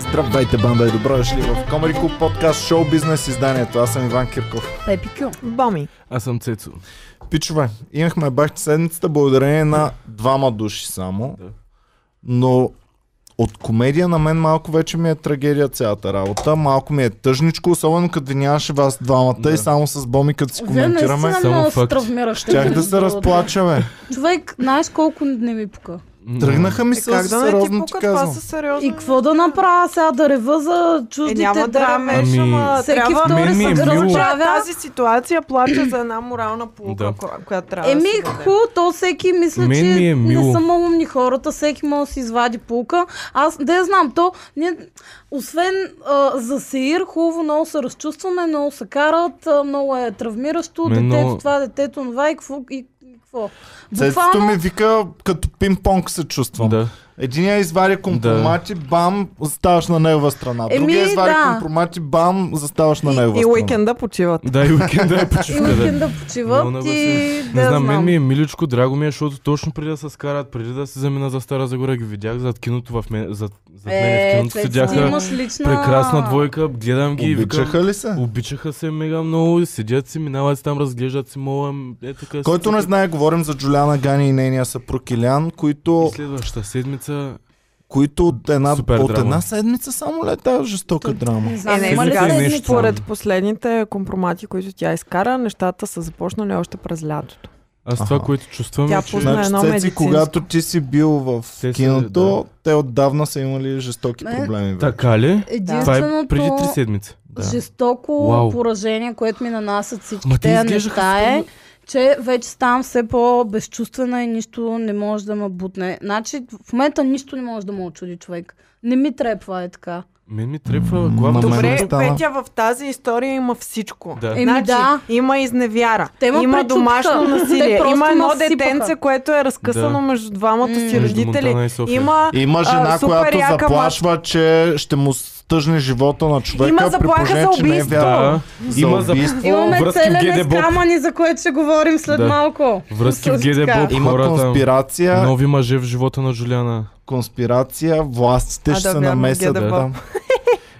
Здравейте, банда и добро дошли в Комари Клуб подкаст Шоу Бизнес изданието. Аз съм Иван Кирков. Пепи Кю. Боми. Аз съм Цецо. Пичове, имахме бахти седмицата благодарение на двама души само. Да. Но от комедия на мен малко вече ми е трагедия цялата работа. Малко ми е тъжничко, особено като ви нямаше вас двамата Да. и само с Боми като си Вие коментираме. наистина Само много факти. травмиращи. Щях да се разплача, бе. Човек, знаеш колко не ми пука. Тръгнаха ми Е, как с да не ти сериозно, ти пука, това казвам. са сериозни. И какво да направя сега да рева за Е, чуждите няма да драми? рамеш, Ами, ама Всеки трябва... Мен втори ми е се Тя мило. в гръмчавя. тази ситуация плача за една морална полука, Да. Е, ко- която трябва да Еми, си даде. ху, то всеки мисля, Мен че ми не е мило. са малумни хората, всеки може да си извади пулка. Аз да я знам, то ние, освен а, за Сеир, хубаво много се разчувстваме, много се карат, а, много е травмиращо, Мен детето много- това, детето това и какво. И, и какво. Цецето ми вика, като пинг-понг се чувствам. Да. Единия извади компромати, бам, заставаш на негова страна. Еми, Другия извади да. компромати, бам, заставаш на негова И страна. уикенда почиват. Да, и уикенда е И почивка. да. уикенд да Много почиват и Не да знам, мен знам. ми е миличко, драго ми е, защото точно преди да се скарат, преди да се замина за Стара Загора, ги видях зад киното в мен, зад, зад мен е в киното Е, Цецо, ти седяха имаш лична... прекрасна двойка, гледам ги и викам. Обичаха ли се? Обичаха се мега много, и седят си, минават си там, разглеждат си, мола, е така. си- Който не знае, говорим за Джулиана Гани и нейния съпруг Илян, които, И Следващата седмица. които от, една, Супер от драма. една седмица само лета жестока драма. Не знам, Е, не, има ли сега сега, е седмица? нещо. според последните компромати, които тя изкара, нещата са започнали още през лятото. Аз това, Аха. което чувствам Тя е, че... пусна- едно значи, Цеци, медицинско. когато ти си бил в Те са- киното, те отдавна са имали жестоки Е, Ме- проблеми. бе. Така ли? Това е Единственото преди три седмици. жестоко Вау. поражение, което ми нанасят Ма всички те тези изглеждаха неща е, супер- че вече ставам все по-безчувствена и нищо не може да ме бутне. Значи в момента нищо не може да ме очуди човек. Не ми трепва е така. Мен ми трепва М, главно. ама- Добре, не стана. Петя в тази история има всичко. Значи, Да. Еми да. има изневяра, Те ме има пречупиха. домашно Те насилие, просто има ме едно сипаха. детенце, което е разкъсано Да. между двамата си М. Между Монтана родители. и София. Има, Има жена, а, супер която яка мат- заплашва, че ще му стъжне живота на човека. Има при заплаха положение, за че не е убийство. вярно. Да, За има за убийство. Имаме връзки в целене с ГДБОП. камъни, за което ще говорим след Да. малко. Връзки в Също ГДБОП. така. И Има хората- конспирация, Нови мъже в живота на Джулиана. конспирация, властите А, ще да, се вярно, намесят. ГДБ. Да.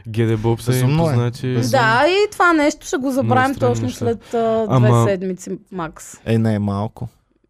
Геде Боб са им Безумно е. познати. Да, и това нещо ще го забравим Много странни точно неща. след а, две Ама- седмици, Макс. Е, не е малко.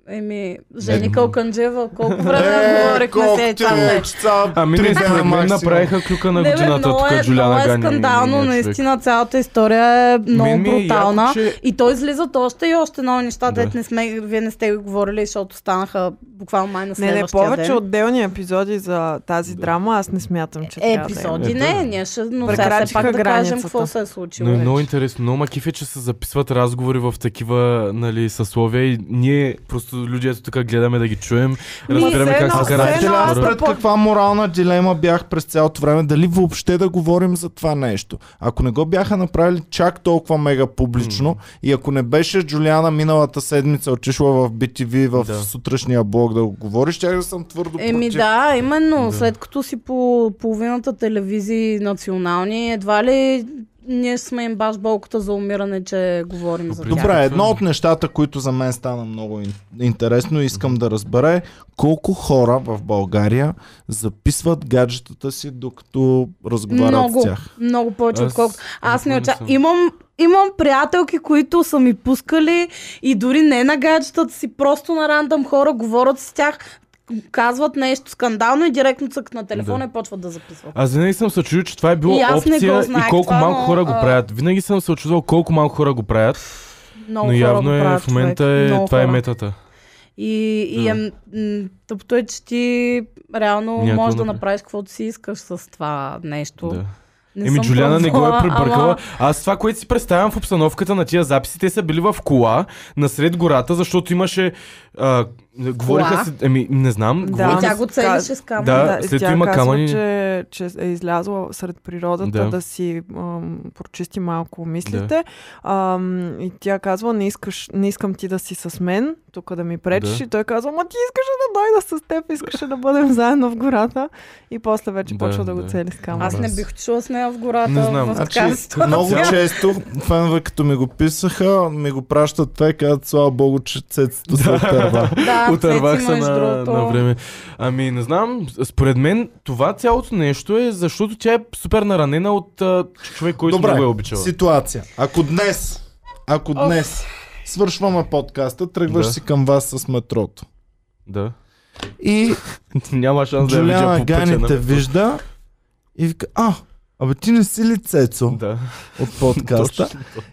Еми, Не. Жени Калканджева, колко Е, време говорихме Е, се и това е. нещо. Ами не, според мен направиха клюка на Не, бе, годината много тук, е, много Джулиана е Гани. скандално, нейният човек. наистина цялата история е много Мен ми е брутална. яко, че- И то излизат още и още нови неща, Да. дет не сме, вие не сте го говорили, защото станаха буквално май на Не, не, следващия повече ден. отделни епизоди за тази Да. драма, аз не смятам, че Е, трябва да има. епизоди Е, не, да. ние ще, но сега все Прекрачиха пак да кажем границата. какво се е случило. Но е много вече. интересно. Много макиф е, че се записват разговори в такива нали, съсловия и ние просто люди ето тук гледаме да ги чуем, Ми, разбираме все как едно- се карат. все Знаете ли едно тези аз хора. пред каква морална дилема бях през цялото време? Дали въобще да говорим за това нещо? Ако не го бяха направили чак толкова мега публично и ако не беше Джулиана миналата седмица отишла в BTV в Да. сутрешния блог да го говори, щях да съм твърдо Еми против. да, именно. Да. След като си по половината телевизии национални, едва ли ние сме им баш болката за умиране, че говорим за тях. е Добре, едно от нещата, които за мен стана много ин- интересно и искам да разбера е колко хора в България записват гаджетата си докато разговарят с Много, тях. много повече, Аз отколкото. Аз не никога не очаквам. съм. Имам, имам приятелки, които са ми пускали и дори не на гаджетата си, просто на рандъм хора говорят с тях, казват нещо скандално и директно цъкат на телефона Да. и почват да записват. Аз винаги съм се чудил, че това е било И аз не го опция знаех и колко това, малко но, хора го а, правят. Винаги съм се очудвал колко малко хора го правят, Много но хора явно го е правят, в момента човек. е, Много това е хора. метата. И, и е, Да. м- тъпто е, че ти реално Някакво можеш да направи. направиш каквото си искаш с това нещо. Да. Не Еми, съм Джулиана не го е пробвала, пребъркала. ама- Аз това, което си представям в обстановката на тия записи, те са били в кола, насред гората, защото имаше... А, говориха се... Еми, не знам. Да. И говориха тя го целише с камък. Да, и след тя това има казва, камъни. Че, че е излязла сред природата да, Да. да си ам, прочисти малко мислите. Да. Ам, и тя казва, не, искаш, не искам ти да си с мен, тук да ми пречиш. Да. Да. И той казва, ма ти искаше да дойда с теб, искаше да бъдем заедно в гората. И после вече Да, почва да, да. го цели с камък. Аз не Аз- бих отишла с нея в гората. Не знам. В Значи, така ситуация. много често фенове като ми го писаха, ми го пращат те и казват, слава богу, че цецето се отърва. Да, Да, Отървах Цеци, се между на, другото. на време. Ами, не знам, според мен това цялото нещо е, защото тя е супер наранена от а, човек, който Добре, много е обичала. ситуация. Ако днес, ако Ох. днес свършваме подкаста, тръгваш Да. си към вас с метрото. Да. И Няма шанс да я видя Джулиана по пътя нали? Гани те на... вижда и вика, а, абе ти не си ли Цецо Да. от подкаста?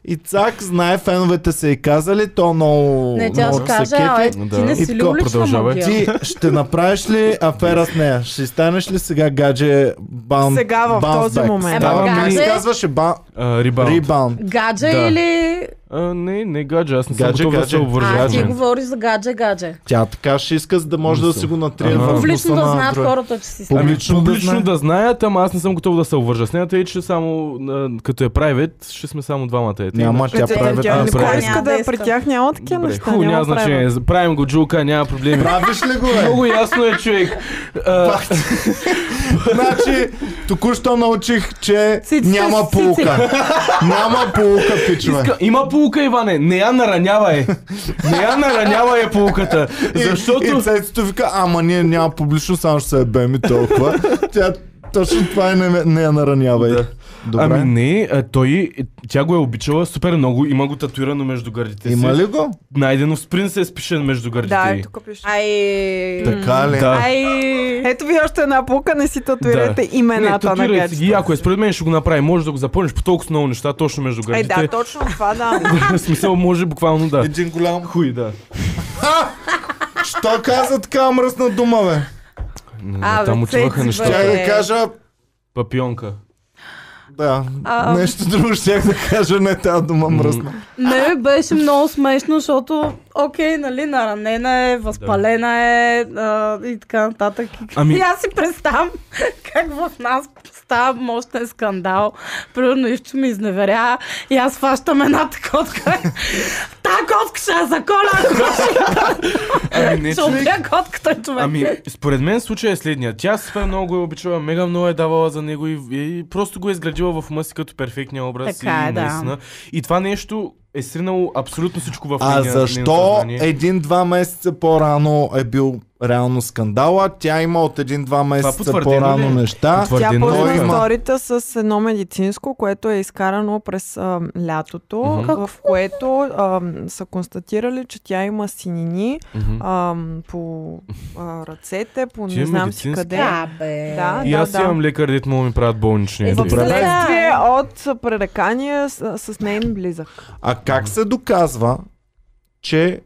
и Цак знае, феновете са и казали, то много, Не, тя много ще се каже, кефи. а е, Да. ти не И си ли така, улична продължавай. магия? Ти ще направиш ли афера с нея? Ще станеш ли сега гадже баун? Сега в този момент. Ама Става ми гадже- се казваше ба... А, рибаунд. рибаунд. Гадже Да. или... А, не, не гадже, аз не Гадже, съм готов да гадже. се А, ти обвържа. говориш за гадже, гадже. Тя така ще иска, за да може да Мисъл. си го натрие Ага. в Публично носа да на знаят Андроид. хората, че си с Ами, Публично да знае. публично да знаят, ама аз не съм готов да се обвържа с нея, тъй че само а, като е правит, ще сме само двамата. Е, тъй. Няма, Тя, тя прави... тя а, никой прави. не иска Няма да е да при иска. тях, няма такива Добре, неща. хубаво, няма правила. значение. Правим го джулка, няма проблеми. Правиш ли го, бе? Много ясно е, човек. А, значи, току-що научих, че Цици, няма цици. полука. няма полука, пичове. иска... Има полука, Иване. Не я наранява е. Не я наранява е полуката. И- И Защото... цецето вика, ама ние няма публично, само ще се ебем и толкова. Тя точно това и не, не я наранява. Да. Добре. Ами не, а, той, тя го е обичала супер много, има го татуирано между гърдите Има си. ли го? Найденов спринт се е спишен между гърдите Да, й. е, тук пише. Ай... Така ли? Да. Ай... Ето ви още една пулка, не си татуирайте Не, имената на татуирайте ги, гаджета. ако е според мен ще го направи, може да го запълниш по толкова много неща, точно между Е, гърдите. да, точно това да. В смисъл може буквално да. Един голям хуй. Е, Хуй, да. Що каза така мръсна дума, бе? Не, Абе, там отиваха Цеци, нещата. Тя да Добре. кажа, Папионка. да, А, нещо друго ще да кажа, не тази дума мръсна. Не ми беше много смешно, защото, окей, нали, наранена е, възпалена е а, и така нататък. Ами- И аз си представям как в нас става мощен скандал. Примерно Ивчо ми изневеря и аз фащам една котка. Та котка ще я заколя, ако Ами не, ще човек. убия котката, човек. Ами, според мен случая е следния. Тя супер много го е обичала, мега много е давала за него и, и просто го е изградила в ума си като перфектния образ. Така и, е, да. наистина. И това нещо е сринало абсолютно всичко в А нейния- нейното защо е съзнание. един-два месеца по-рано е бил реално скандала? Тя има от един-два месеца потвърдено по-рано ли е? неща. Потвърдено Тя Твърде много ползва има. историята с едно медицинско, което е изкарано през а, лятото, Мгм. в което а, са констатирали, че тя има синини Мгм. а, по а, ръцете, по Тия не знам си медицински- къде. да, бе. Да. И аз да. имам лекар, дето мога да ми правят болнични. Е, Ето. добре. Добре. Следствие от пререкания с, с нейн близък. А как се доказва, че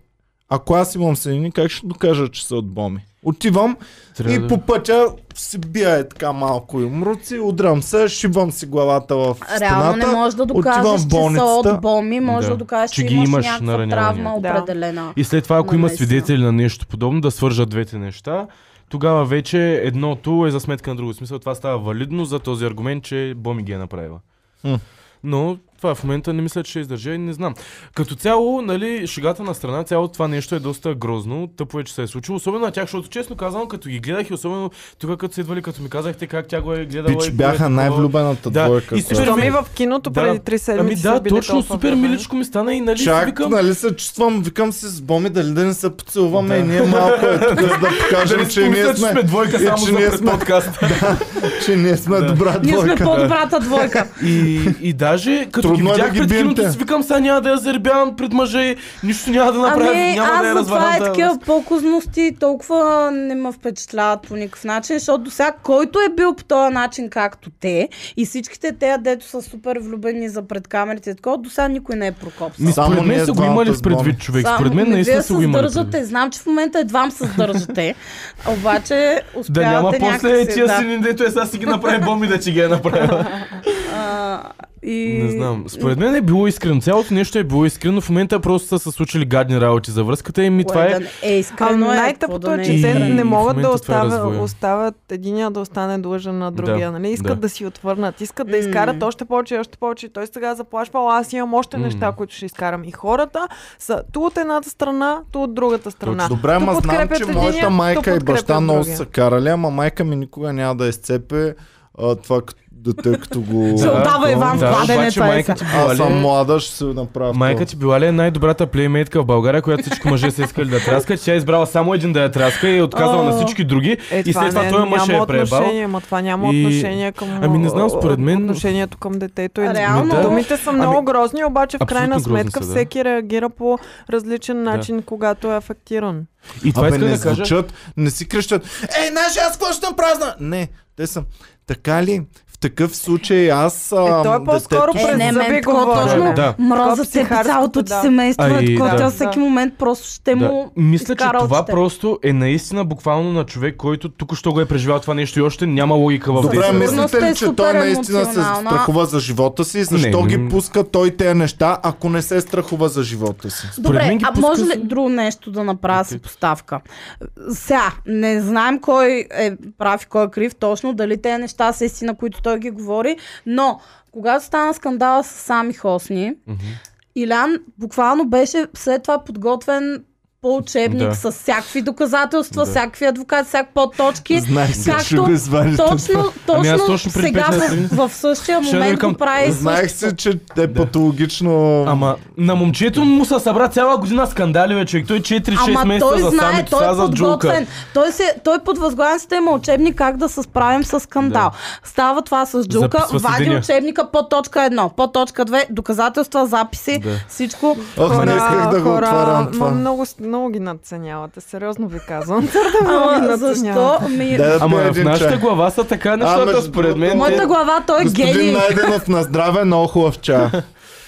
ако аз имам сънини, как ще докажа, че са от бомби? Отивам Трябва и да- по пътя си бия е така малко юмруци, удрям се, шивам си главата в Реално не стената. можеш да отивам в докажеш, че са болницата. от боми, може да, Да. докажеш, че, Че ги имаш, имаш някаква наранявания. травма Да. определена. И след това, ако Но има наистина. свидетели на нещо подобно, да свържат двете неща, тогава вече едното е за сметка на друго. В смисъл това става валидно за този аргумент, че Боми ги е направила. М. Но това в момента не мисля, че ще издържа и не знам. Като цяло, нали, шегата на страна, цялото това нещо е доста грозно. Тъпо е, че се е случило. Особено на тях, защото честно казвам, като ги гледах и особено тук, като са идвали, като ми казахте как тя го е гледала. и Пич кое е бяха такова. най-влюбената Да, двойка. и която- също- Що ми в киното Да. преди три Ами седмици са да, били точно толкова супер влюбени. миличко ми стана и нали си Чак, викам... нали се чувствам, викам си с боми, дали да не се поцелуваме Да. и ние малко е тук, за да покажем, Дали Нали си че ние помисля, сме, двойка и че само за ние пред сме- подкаста. че ние сме Да. добра Ние сме двойка. по-добрата двойка. И, и даже като Трудно ги е да видях ги пред бием те. киното, си викам, сега няма да я заребявам пред мъже, и нищо няма да направя, Ами, няма да я аз за това развалям. е тази такива връзка. по-козности толкова не ме впечатляват по никакъв начин, защото до сега който е бил по този начин както те и всичките те, дето са супер влюбени за пред камерите, и такова, до сега никой не е прокопсал. Ми, Само според ние мен са го двамата имали с в предвид Боми. човек. Само- Според мен Ами, наистина вие са го имали. предвид. съдържате. Знам, че в момента едва се съдържате, обаче Да няма успявате после някакси. тия Да. сини, дето е сега си ги направи бомби да ти ги е направила. А, и... Не знам. Според мен е било искрено. Цялото нещо е било искрено. В момента просто са се случили гадни работи за връзката и ми Кое това да е... не- Е, А искрено е. какво най-тъпото да е, не че те искрено. не И в могат да момента това е оставят, развоя. оставят единия да остане длъжен на другия. Да, нали? Искат да. да. си отвърнат, искат М. да изкарат още повече, и още повече. Той сега заплашва, «О, аз имам още М. неща, които ще изкарам. И хората са ту от едната страна, ту от другата страна. Добре, ама Ту знам, подкрепят че единия, моята ту майка и подкрепят баща много другия. са карали, ама майка ми никога няма да изцепе а, това, к- дете, като го... Ще отдава Иван в Да, кладене, обаче това е майка сега. ти Аз съм била ли... млада, ще се направя. Майка ти била ли е най-добрата плеймейтка в България, която всички мъже са искали да траскат? Тя е избрала само един да я траска и е отказала О. на всички други. Е, и след това този мъж я няма е преебал. отношение, ма това няма И- отношение към Ами не знам, според мен- отношението към детето. И... Реално. Да. Ами Думите са много грозни, обаче в абсолютно крайна грозни сметка са, да. всеки реагира по различен начин, когато е афектиран. И това Абе, иска не да кажа. звучат, не си крещат. Ей, знаеш, аз какво ще празна? Не, те са. Така ли? В такъв случай аз... Е, ам, той е по-скоро детето- през Е, не, зъби мен такова говоря. точно е Да. Такова мроза те по психарското, цялото ти да. семейство, А, и е такова, да. тя всеки момент просто ще Е, му Мисля, че изкара това очите. просто е наистина буквално на човек, който тук що го е преживял това нещо и още няма логика в Добре, действието. мисля- мислите ли, Сигурността е че той наистина се суперемоционална. страхува за живота си? Защо Не, ги м. пуска той тези неща, ако не се страхува за живота си? Според Добре, мен ги а пуска може ли за- друго нещо да направя Окей. си поставка? Сега, не знаем кой е прав и кой е крив точно, дали те неща са истина, които той ги говори, но когато стана скандала с Сами Хосни, Мгм. Илян буквално беше след това подготвен по учебник Да. с всякакви доказателства, Да. всякакви адвокати, всяк подточки. Знаех, сега ще Както го извадите. Точно, Ами аз точно, точно преди сега пет дни- в, в същия Ще момент викам, го прави Знаех същото. се, че е патологично... Ама на момчето му се събра цяла година скандали, бе, човек. Той 4-6 Ама месеца той за знае, сами той пса е за джулка. подготвен. Той, се, той под възглавницата има учебник как да се справим с скандал. Става това с джулка, Записва си вади деня. учебника по точка 1, по точка 2, доказателства, записи, Да. всичко. Ох, не исках да го хора, отварям ма, това. много, много ги надценявате, сериозно ви казвам. Твърде много ги Ама защо? Ами, надценявате. Ми... Дай да Ама пия в един нашата чай. глава са така между нещата, според мен. другото, Моята глава, той е Господин гений. Найденов на здраве, много хубав чай.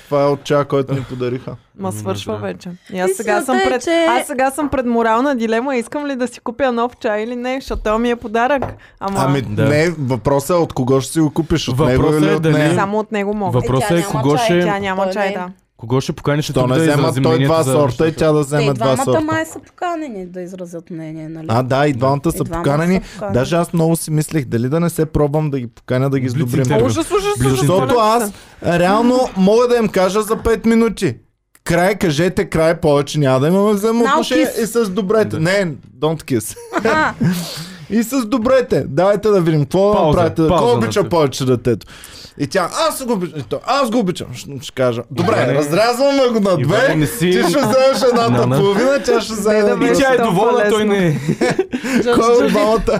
Това е от чая, който ни подариха. Ма свършва да. вече. И аз Мисълта сега, съм е, пред, че- аз сега съм пред морална дилема. Искам ли да си купя нов чай или не, защото той ми е подарък. Ама Ами Да. не, въпросът е от кого ще си го купиш, от Въпросът него или е от дали- нея. само от него мога. Е, Въпросът тя е няма кого чай, ще, Тя няма той чай, не е. да. кого ще поканиш, То тук не да взема изрази той мнението два за сорта и нещата? тя да Те и вземе два двамата сорта. май са поканени да изразят мнение, нали? А, да, и двамата са И двамата поканени. са поканени. Даже аз много си мислех дали да не се пробвам да ги поканя да ги Блиц сдобрим. интервю. Ужас, ужас, ужас. Ближите. Защото аз реално мога да им кажа за 5 минути. Край, кажете край, повече няма да имаме взаимоотношения Now kiss. и с добрете. Да. Не, don't kiss. И с добрете. Дайте да видим какво Пауза, направите. Да- пауза Кой на обича теб. повече детето? И тя, аз го обичам. И то, аз го обичам. Ще, ще кажа. Добре, Иване, разрязваме го на Иване, две. не си- Ти ще вземеш едната Нана. половина, тя ще вземе да другата. И тя е Толкова доволна, той не е. Кой от двамата,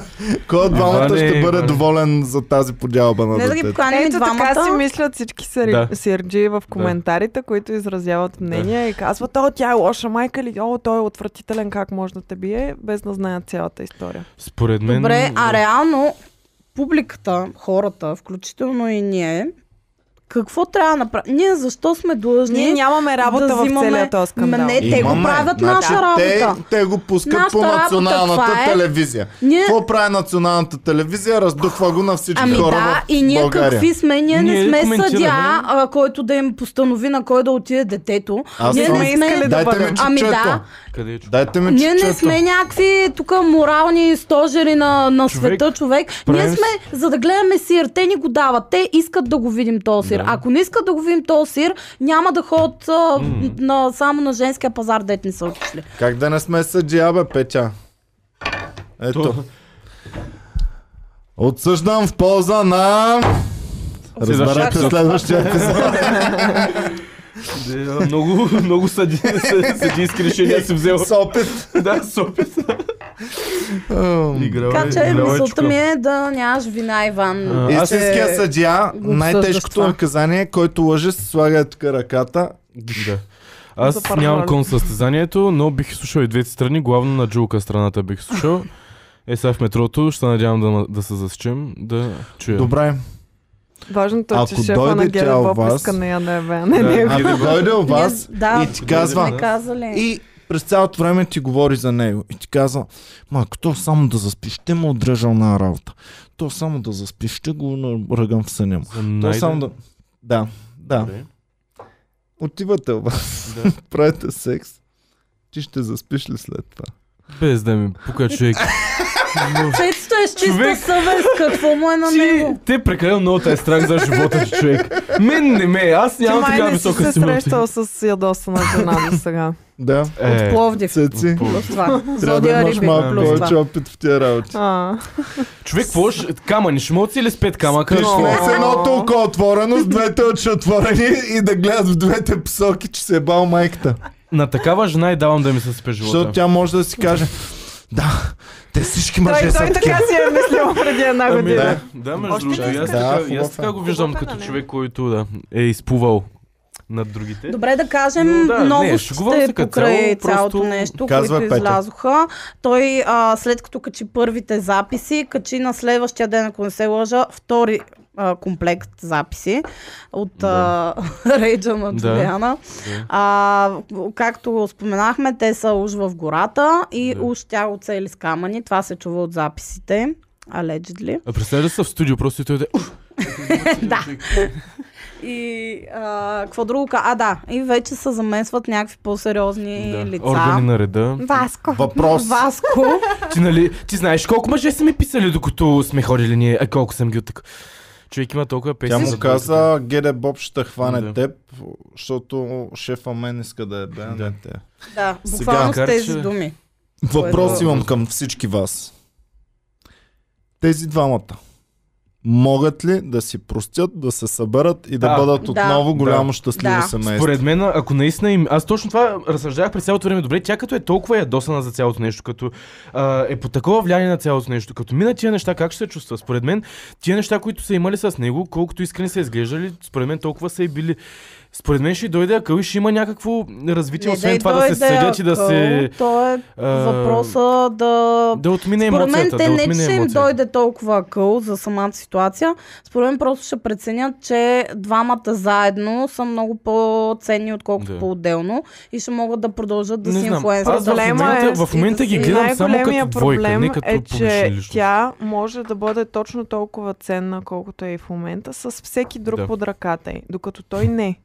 кой от двамата Иване, ще бъде Иване. доволен за тази подялба на Не да ги детето? поканим и Ами, Ето така си Ами, двамата. мислят всички сери... Да. сирджи в коментарите, които изразяват мнения и казват, о, тя е лоша майка или о, той е отвратителен, как може да те бие, без да знаят цялата история. Според мен... Добре, а реално публиката, хората, включително и ние, какво трябва да направим? Ние защо сме длъжни? Ние нямаме работа да в взимаме- целия този скандал. Ма не, те го Имаме. правят Значи, наша работа. Те, те го пускат Нашата по работа, националната това е. телевизия. Ние- Какво прави националната телевизия? Раздухва го на всички Ами хора да, в и ние България. какви сме, ние, Ние не сме коментираме. съдя, а, който да им постанови на кой да отиде детето. Аз ние съм- не сме... Искали да Дайте ми бъдем. чипчето. Ами да. Къде е, човек? Дайте ми Ние не чипчето. сме някакви тук морални стожери на, на Човек, света, човек. Ние правим с- сме за да гледаме сир. Те ни го дават. Те искат да го видим този сир. Да. Ако не искат да го видим този сир, няма да ходят а, на, само на женския пазар, дет не са отишли. Как да не сме съдия, бе, Петя? Ето. То- Отсъждам в полза на... Разберете Следващия следващия епизод. Да, Много, много съди- съ- съдийски решения си взел. С опит. Да, с опит. Играла Така е- че играла е мисълта чука. ми е да нямаш вина, Иван. А, аз Истинския Е, съдия, го обсъждаш най-тежкото това. наказание, който лъже, се слага е тук ръката. Да. Аз Запървали. нямам кон състезанието, но бих слушал и двете страни, главно на Джулка страната бих слушал. Е, сега в метрото, ще се надявам да, ма- да се засечем, да чуя. Добре. Важното е, че Ако шефа на дойде тя у Герен Боб вас- иска нея да е бе, а не Да. него. Ако дойде у ние- вас да, и ти казва, сме казали. И през цялото време ти говори за него. И ти казва, ма ако то само да заспи, ще му отрежа на работа. То само да заспи, ще го наръгам в съня му. За То Найден. само да... Да, да. Добре. Отивате у вас, Да. правите секс. Ти ще заспиш ли след това? Без да ми пука човек. Цецето е с чиста Човек, съвест, какво му е на Ти, него? те прекалено много те е страх за живота, човек. Мен не ме, е. аз Ти нямам май такава не си висока се стимула. срещал с ядосана жена до сега. Да. Е. От Пловдив. Цеци. Плюс това. Трябва да Зодия имаш Риби, малко плюс повече това. опит в тия работи. А, Човек, какво ще... Камъни, шмоци или с пет камъка? Пиш О. ли с едното око е отворено, с двете очи отворени и да гледат в двете посоки, че се е бал майката. На такава жена и давам да ми се спе Защото живота. тя може да си каже, да, те всички той, мъже са той така такива. си е мислил преди една Ами, година. да, да, между Още ли другото. и Аз, искаш? е Да, така, и хубав аз е. така го виждам Хубав е, като нали? човек, който да, е изплувал над другите. Добре да кажем Но да, не, шегувам се новостите като покрай цяло, просто цялото нещо, казва които Петя. излязоха. Той а, след като качи първите записи, качи на следващия ден, ако не се лъжа, втори а, комплект записи от да. а, рейджа на Да. Джулиана. Да. А, както споменахме, те са уж в гората и Да. уж тя го цели с камъни. Това се чува от записите. Allegedly. А представяш да са в студио, просто и той да... да. И а, какво друго? ка- А, да. И вече се замесват някакви Е, по-сериозни Да. лица. Органи на реда. Васко. Въпрос. Васко. Ти, нали, ти знаеш колко мъже са ми писали, докато сме ходили ние, а колко съм ги от Човек има толкова песни. Тя му за каза, Геде Боб ще хване Да. теб, защото шефа мен иска да е бе, а не те. да, Сега, буквално с макар, тези че- думи. Въпрос Кой е имам към всички вас. Тези двамата могат ли да си простят, да се съберат и да, Да. бъдат Да. отново голямо Да. щастливо Да. семейство? Според мен, ако наистина им... Аз точно това разсъждах през цялото време. Добре, тя като е толкова ядосана за цялото нещо, като а, е по такова влияние на цялото нещо, като мина тия неща, как ще се чувства? Според мен, тия неща, които са имали с него, колкото искрени са изглеждали, според мен толкова са и били. Според мен ще дойде акъл и ще има някакво развитие, освен това да се съдят и да се... То е а, въпроса да... Да отмине Според мен емоцията. те да не, че отмине ще им емоцията. дойде толкова къл за самата ситуация. Според мен просто ще преценят, че двамата заедно са много по-ценни, отколкото Да. по-отделно и ще могат да продължат да Не си знам. инфлуенсърат. Аз в Проблема момента, е- в момента ги и гледам само като най-големия двойка, не проблем като е, публична че личност. тя може да бъде точно толкова ценна, колкото е и в момента, с всеки друг Да. под ръката й, докато той не.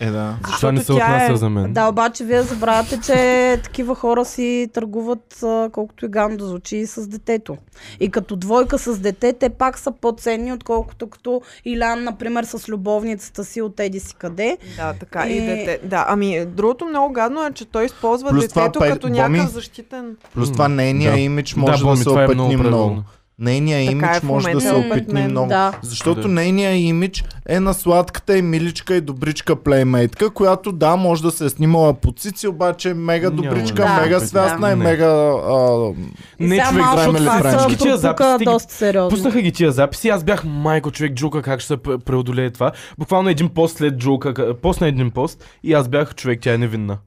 Е, да. Защо не се защото тя отнася е- за мен? Да, обаче вие забравяте, че такива хора си търгуват, а, колкото и гадно да звучи, и с детето. И като двойка с дете, те пак са по-ценни, отколкото като Илян, например, с любовницата си от еди си къде. Да, така. Е. И дете. Да, ами другото много гадно е, че той използва Плюс това детето пе- като Боми, някакъв защитен. Плюс М, това нейния да. имидж може да, Боми, се това е опетни много. правилно. Нейния Така е имидж в може да момента. се М, опитни мен, много. да. Защото Да. нейния имидж е на сладката и миличка и добричка плеймейтка, която да, може да се е снимала по цици, обаче е мега Няма добричка, да. мега Да. свестна и Не. мега... А, И Не, сега човек, малко време ли това правим? се Всички тия пропука записи ти ги доста сериозно. Пуснаха ги тия записи, аз бях майко човек Джулка, как ще се пре- преодолее това. Буквално един пост след Джулка, ка- пост на един пост и аз бях човек, тя е невинна.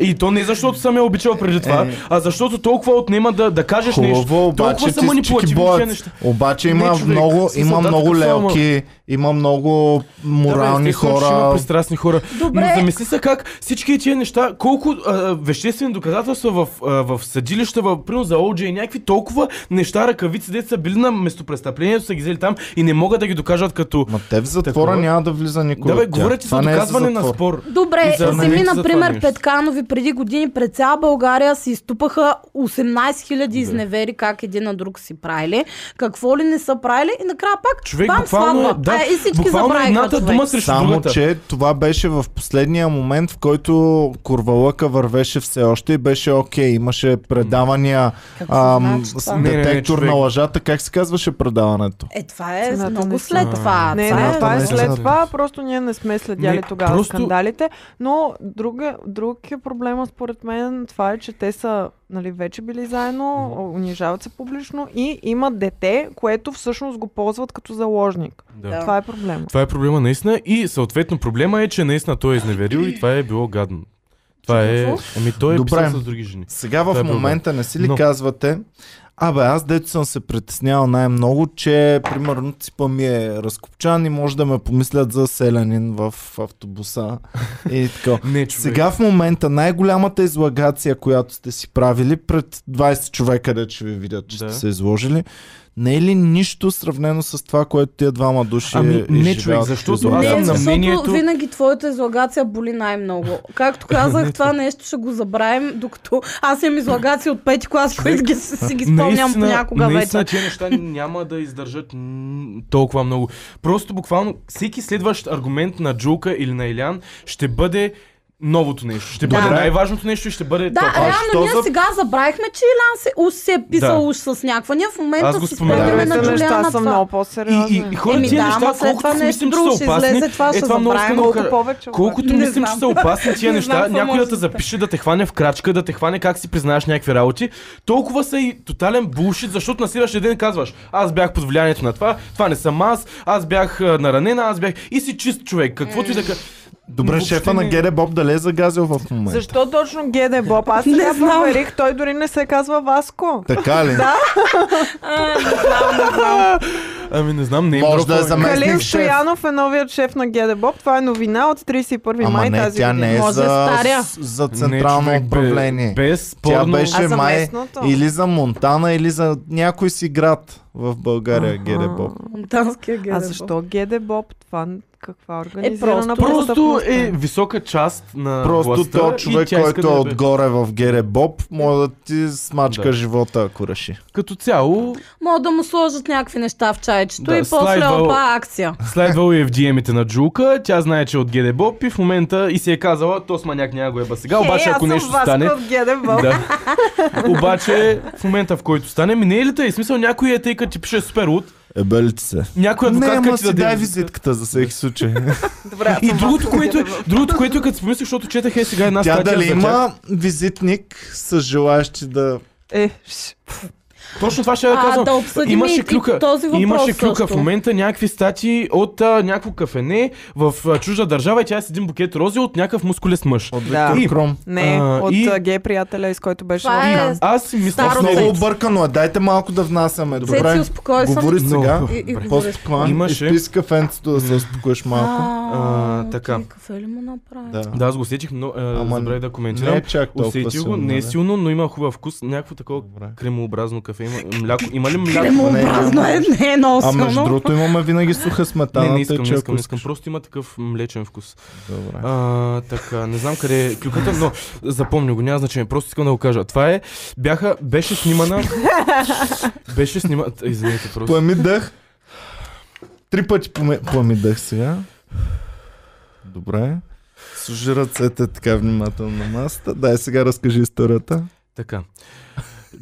и то не защото съм я обичал преди това, Е. а защото толкова отнема да, да кажеш нещо. Хубаво, обаче Толкова са ти всички манипулативни тия боят. неща. Обаче има Не, човек, много, смисъл, има да, много такъв форма. лелки, има много Да, бе, морални естествено, че Има хора. пристрастни хора. Добре. Но замисли се как всички тия неща, колко а, веществени доказателства в, а, в съдилища, в, примерно за OJ и някакви толкова неща, ръкавици, деца са били на местопрестъплението, са ги взели там и не могат да ги докажат като... Ма те в затвора Такова. няма да влиза никой. Да бе, от тях. говоря ти за Това не е доказване на затвор. спор. Добре, И за вземи, анализ за това например, нещо. Петканови преди години пред цяла България си изтупаха 18 000 изневери как един на друг си правили. Какво ли не са правили и накрая пак Човек, бам, буквално, сватба. е- да, а, и всички буквално забравиха едната човек. дума срещу Само, другата. че това беше в последния момент, в който Курвалъка вървеше все още и беше окей. Имаше предавания Какво ам, значи с това? Не, не, не, детектор е човек. на лъжата. Как се казваше предаването? Е, това е Цената много не след са. това. А, Не, това не, е... това е Не, след не. това. Просто ние не сме следяли Не, тогава просто- скандалите. Но друга, друг е проблема според мен. Това е, че те са нали, вече били заедно, унижават се публично и имат дете, което всъщност го ползват като заложник. Да. Това е проблема. Това е проблема наистина и съответно проблема е, че наистина той е изневерил и това е било гадно. Това е... Какво? Ами той е Добре. писал с други жени. Сега Това е в било. момента не си ли Но- казвате, Абе, аз дето съм се притеснявал най-много, че примерно типа ми е разкопчан и може да ме помислят за селянин в автобуса и така. Не, човек. Сега в момента най-голямата излагация, която сте си правили пред 20 човека, де че ви видят, че Да. да. сте се изложили, не е ли нищо сравнено с това, което тия двама души Ами, не, изживяват човек, в защото изолация? аз съм Не, на защото мнението- винаги твоята излагация боли най-много. Както казах, това нещо ще го забравим, докато аз имам излагации от пети клас, които ги, си ги спомням понякога наистина, вече. тия неща няма да издържат м, толкова много. Просто буквално всеки следващ аргумент на Джулка или на Илян ще бъде новото нещо. Ще Да. бъде най-важното нещо и ще бъде Да, това. що реално ние за- сега забравихме, че Илян се, уж се е писал Да. уж с някаква. Ние в Аз момента го си споменавам. спомняме на Другите неща Джулиана са това. много по-сериозни. И, и, и хората Еми тия да, неща, ама след колкото това си нещо мислим, че друго са ще излезе, опасни, това е ще това много искам забравим. да го Колко кажа. повече, Колкото обаче. Не мислим, че знам. са опасни тия Не неща, знам, някой да може те да стане. запише, да те хване в крачка, да те хване как си признаеш някакви работи, толкова са и тотален булшит, защото на следващия ден казваш, аз бях под влиянието на това, това не съм аз, аз бях а, наранена, аз бях и си чист човек, каквото Е. и да ка... Добре, Въобще шефа не- на Гере Боб дали е загазил в момента? Защо точно Геде Боб? Аз Не сега знам. проверих, той дори не се казва Васко. Така ли? Да, Ами не знам, не е Може да е дропваме. заместник Калин шеф. Стоянов е новият шеф на Геде Боб. Това е новина от ами, 31 Ама май не, тази тя година. не е Може да за, старя. с- за Не, централно човек, бе, управление. Без Тя порно. беше А за май местното? или за Монтана, или за някой си град в България, Гере Боб. Монтанския герб. А защо Геде Боб? Е, Това каква просто- организирана Просто престъпност е висока част на Просто властта то и човек, тя иска който е да я бе. отгоре в Гере Боб, може да ти смачка Да. живота, ако реши. Като цяло, Мога да му сложат някакви неща в чайчето Да, и после слайдвал- опа акция. Следвал е в DM-ите на Джулка, тя знае, че е от ГД Боб и в момента и си е казала, то с маняк няма го еба сега, Хей, обаче ако аз нещо съм стане... Васко от Геде Боб. Да. обаче в момента в който стане, ми не е ли тъй? Смисъл някой е тъй, като ти пише супер луд, Ебе ли Е, ти се? някой Не, адвокат ама като ти си даде... дай визитката за всеки случай. Добре, аз И съм другото, Васко от което, е, Геде Боб. другото, което е, като си помислих, защото четах е сега една Тя статия дали за тях. има визитник с желаящи да... Е, ш- Точно това ще я А, казвам. да обсъдим е имаше и, клюка. и този въпрос Имаше клюка в също. момента някакви статии от а, някакво кафене в а, чужда държава и тя е с един букет рози от някакъв мускулес мъж. От Да. Виктор И- Кром. не, А, от и- а, гей приятеля, с който беше Това е Валкан. Аз си мисля, Старо Много Цеци. объркано е, дайте малко да внасяме. Цеци, Добре, успокой съм. говори И- сега. Много. и- и говори. По-спокойно. Имаше- Имаше. Изписка фенцето да се успокоиш малко. А, окей, така. Кафе ли му направи? Да. Да, аз го усетих, но а, Ама забравих да Не коментирам. е чак толкова Усетих го, силно. не е да. силно, но има хубав вкус. Някакво такова Добре. кремообразно кафе. Има, мляко. Има ли Не мляко? му Не, образно е, не е много А между силно. другото имаме винаги суха Не, сметана. не искам, тъй, не че ако искам, не искам. искаш- Просто има такъв млечен вкус. Добре. А, така, не знам къде е клюката, но запомня го, няма значение. Просто искам да го кажа. Това е, бяха, беше снимана... беше снимана... Извинете, просто. Поеми ами дъх. Три пъти поме- поеми ами дъх сега. Добре. Сложи ръцете така внимателно на масата. Дай сега разкажи историята. Така.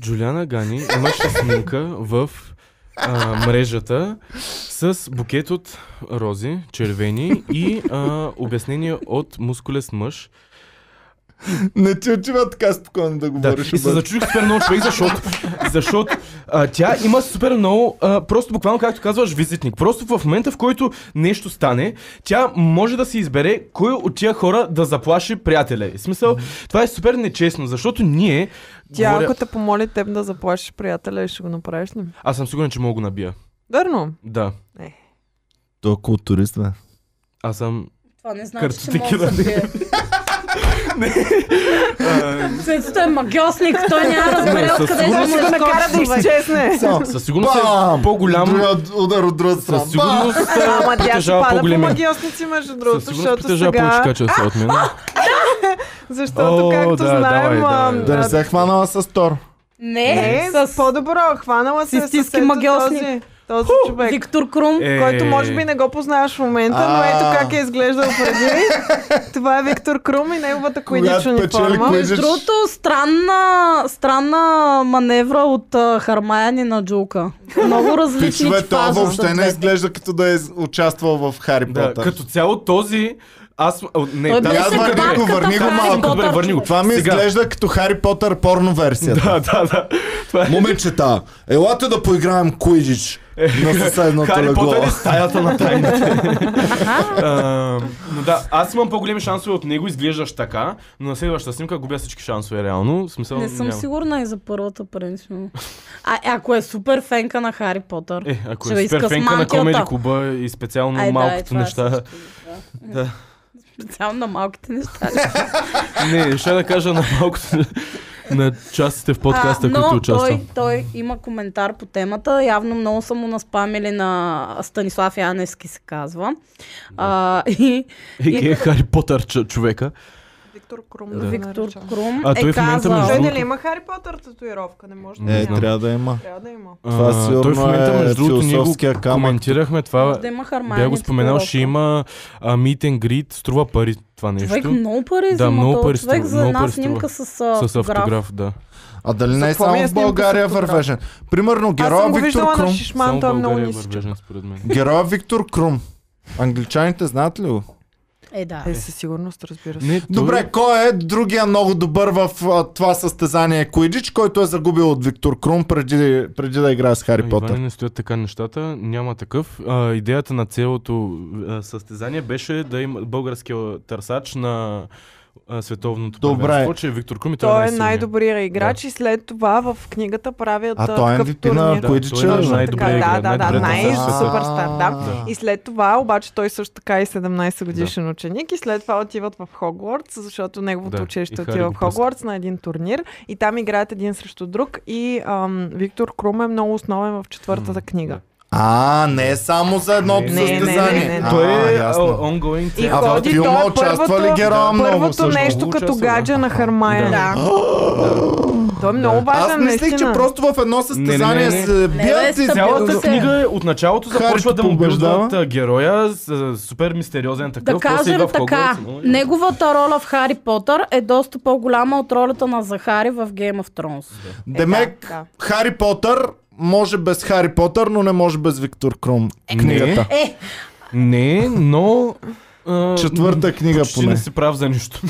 Джулиана Гани имаше снимка в а, мрежата с букет от рози, червени и а, обяснение от мускулес мъж. Не ти отива така спокойно да Да, говориш. и се обаче. зачудих супер много човек, защото, защото а, тя има супер много, а, просто буквално както казваш, визитник. Просто в момента, в който нещо стане, тя може да си избере кой от тия хора да заплаши приятеля. В смисъл, това е супер нечестно, защото ние... Тя, говоря- ако те помоли теб да заплашиш приятеля, ще го направиш ли? Аз съм сигурен, че мога да го набия. Верно. Да. Той е културист, бе. Аз съм... Това не значи, че Картотеки мога да се да бие. Цецито е магиосник, той няма да разбере със откъде ще сигурност му Е, е е Ще го накара да изкочи. изчезне. Със сигурност е по-голям... Другият Удар от другата страна. Със сигурност а, Ама тя ще притежава пада по по-големи... магиосници, между Със другото, сигурност защото притежава повече сега... качества от мен. Защото, О, както да, давай, знаем... а, давай. Да не се е хванала с Тор. Не, Не, с по-добро. Хванала се с истински със ето магиосник. този- Този човек. Виктор Крум. Е, който може би не го познаваш в момента, но ето как е изглеждал преди. Това е Виктор Крум и Когато неговата коидич печели униформа. коидич. Между другото, странна, странна маневра от а, Хармаяни на Джулка. Много различни Пичове, това типажа са въобще не е двете. изглежда като да е из- участвал в Хари Да, Потър. като цяло този Аз... о, Не, Той да, беше аз се върни- крадка, добре, върни го добре, малко. Добре, върни го. Това ми Сега. изглежда като Хари Потър порно версията. Да, да, да. Това е... Момичета, елате да поиграем Куидич на съседното Хари легло. Потър и стаята на тайните. А, Но да, аз имам по-големи шансове от него, изглеждаш така, но на следващата снимка губя всички шансове реално. В Смисъл, Не съм няма. сигурна и за първата, принципно. А ако е супер фенка на Хари Потър. Е, ако Ще е иска с сперфенка на мантията. Комеди Куба и специално Ай, да, е, малкото това е неща. също, да. Специално на малките неща. Не, ще да кажа на малкото на частите в подкаста, А, но които участвам. Той, той има коментар по темата. Явно много са му наспамили на Станислав Янески, се казва. А, и Еге е Хари Потър чо- човека. Виктор Крум. Да. Да. Виктор Виктор Крум. Крум А е той в момента, казал... между Той другото- дали има Хари Потър татуировка? Не може да Не Е, знам. няма. трябва да има. Трябва да има. Това А, сигурно той в момента, е между другото, ние го философския камък. коментирахме това. Да има хармания. Бях го споменал, ще има а, meet and greet, струва пари това нещо. Човек много пари Да, взима много този пари човек струва, за много една пари снимка с, а, с автограф, да. А дали За не е какво ми само е в снимката България с автограф? вървежен? Примерно Аз съм героя го Виктор виждала на Крум. Шишман, той е много България е нисичък. вървежен, според мен. Героя Виктор Крум. Англичаните знаят ли го? Е, да. Е, със сигурност, разбира се. Не, той- Добре, кой е другия много добър в а, това състезание Куидич, който е загубил от Виктор Крум преди, преди да играе с Хари А, Потър? Иване, не стоят така нещата, няма такъв. А, идеята на цялото а, състезание беше да има българския търсач на а, световното Добре. първенство, че е Виктор Крум и той, Той е най-силният. най-добрият играч и след това в книгата правят А а, той е такъв MVP на турнир. Да, Куидича. той е Точно най-добрият така, играч, да, да, да, най-добрият най- търсач. А, суперстар, да. Да. И след това, обаче той също така е 17 годишен ученик и след това отиват в Хогвартс, защото неговото Да, училище и Хари отива го в Хогвартс на един турнир и там играят един срещу друг и ам, Виктор Крум е много основен в четвъртата книга. А, не е само за едното Не, не, не, състезание. не, не, не. А, Той е а, ясно. ongoing И цел. А в ходи, филма той е участва първото- ли героя много? Първото всъщност? нещо като Участва, да. гадже на Хармайна. Да. Той е много важен, Аз мислих, че наистина. просто в едно състезание Не, не, не, не. се бе, бият и Цялата Се- книга от началото Харито започва да му побеждава. билдват а, героя, с, а, супер мистериозен такъв. Да после кажем идва в така, Хогвартс, нали? но- неговата роля в Хари Потър е доста по-голяма от ролята на Захари в Game of Thrones. Демек, Е, да, да. Хари Потър може без Хари Потър, но не може без Виктор Крум. Книгата. Е, Не, но... а, Четвърта книга почти поне. не си прав за нищо.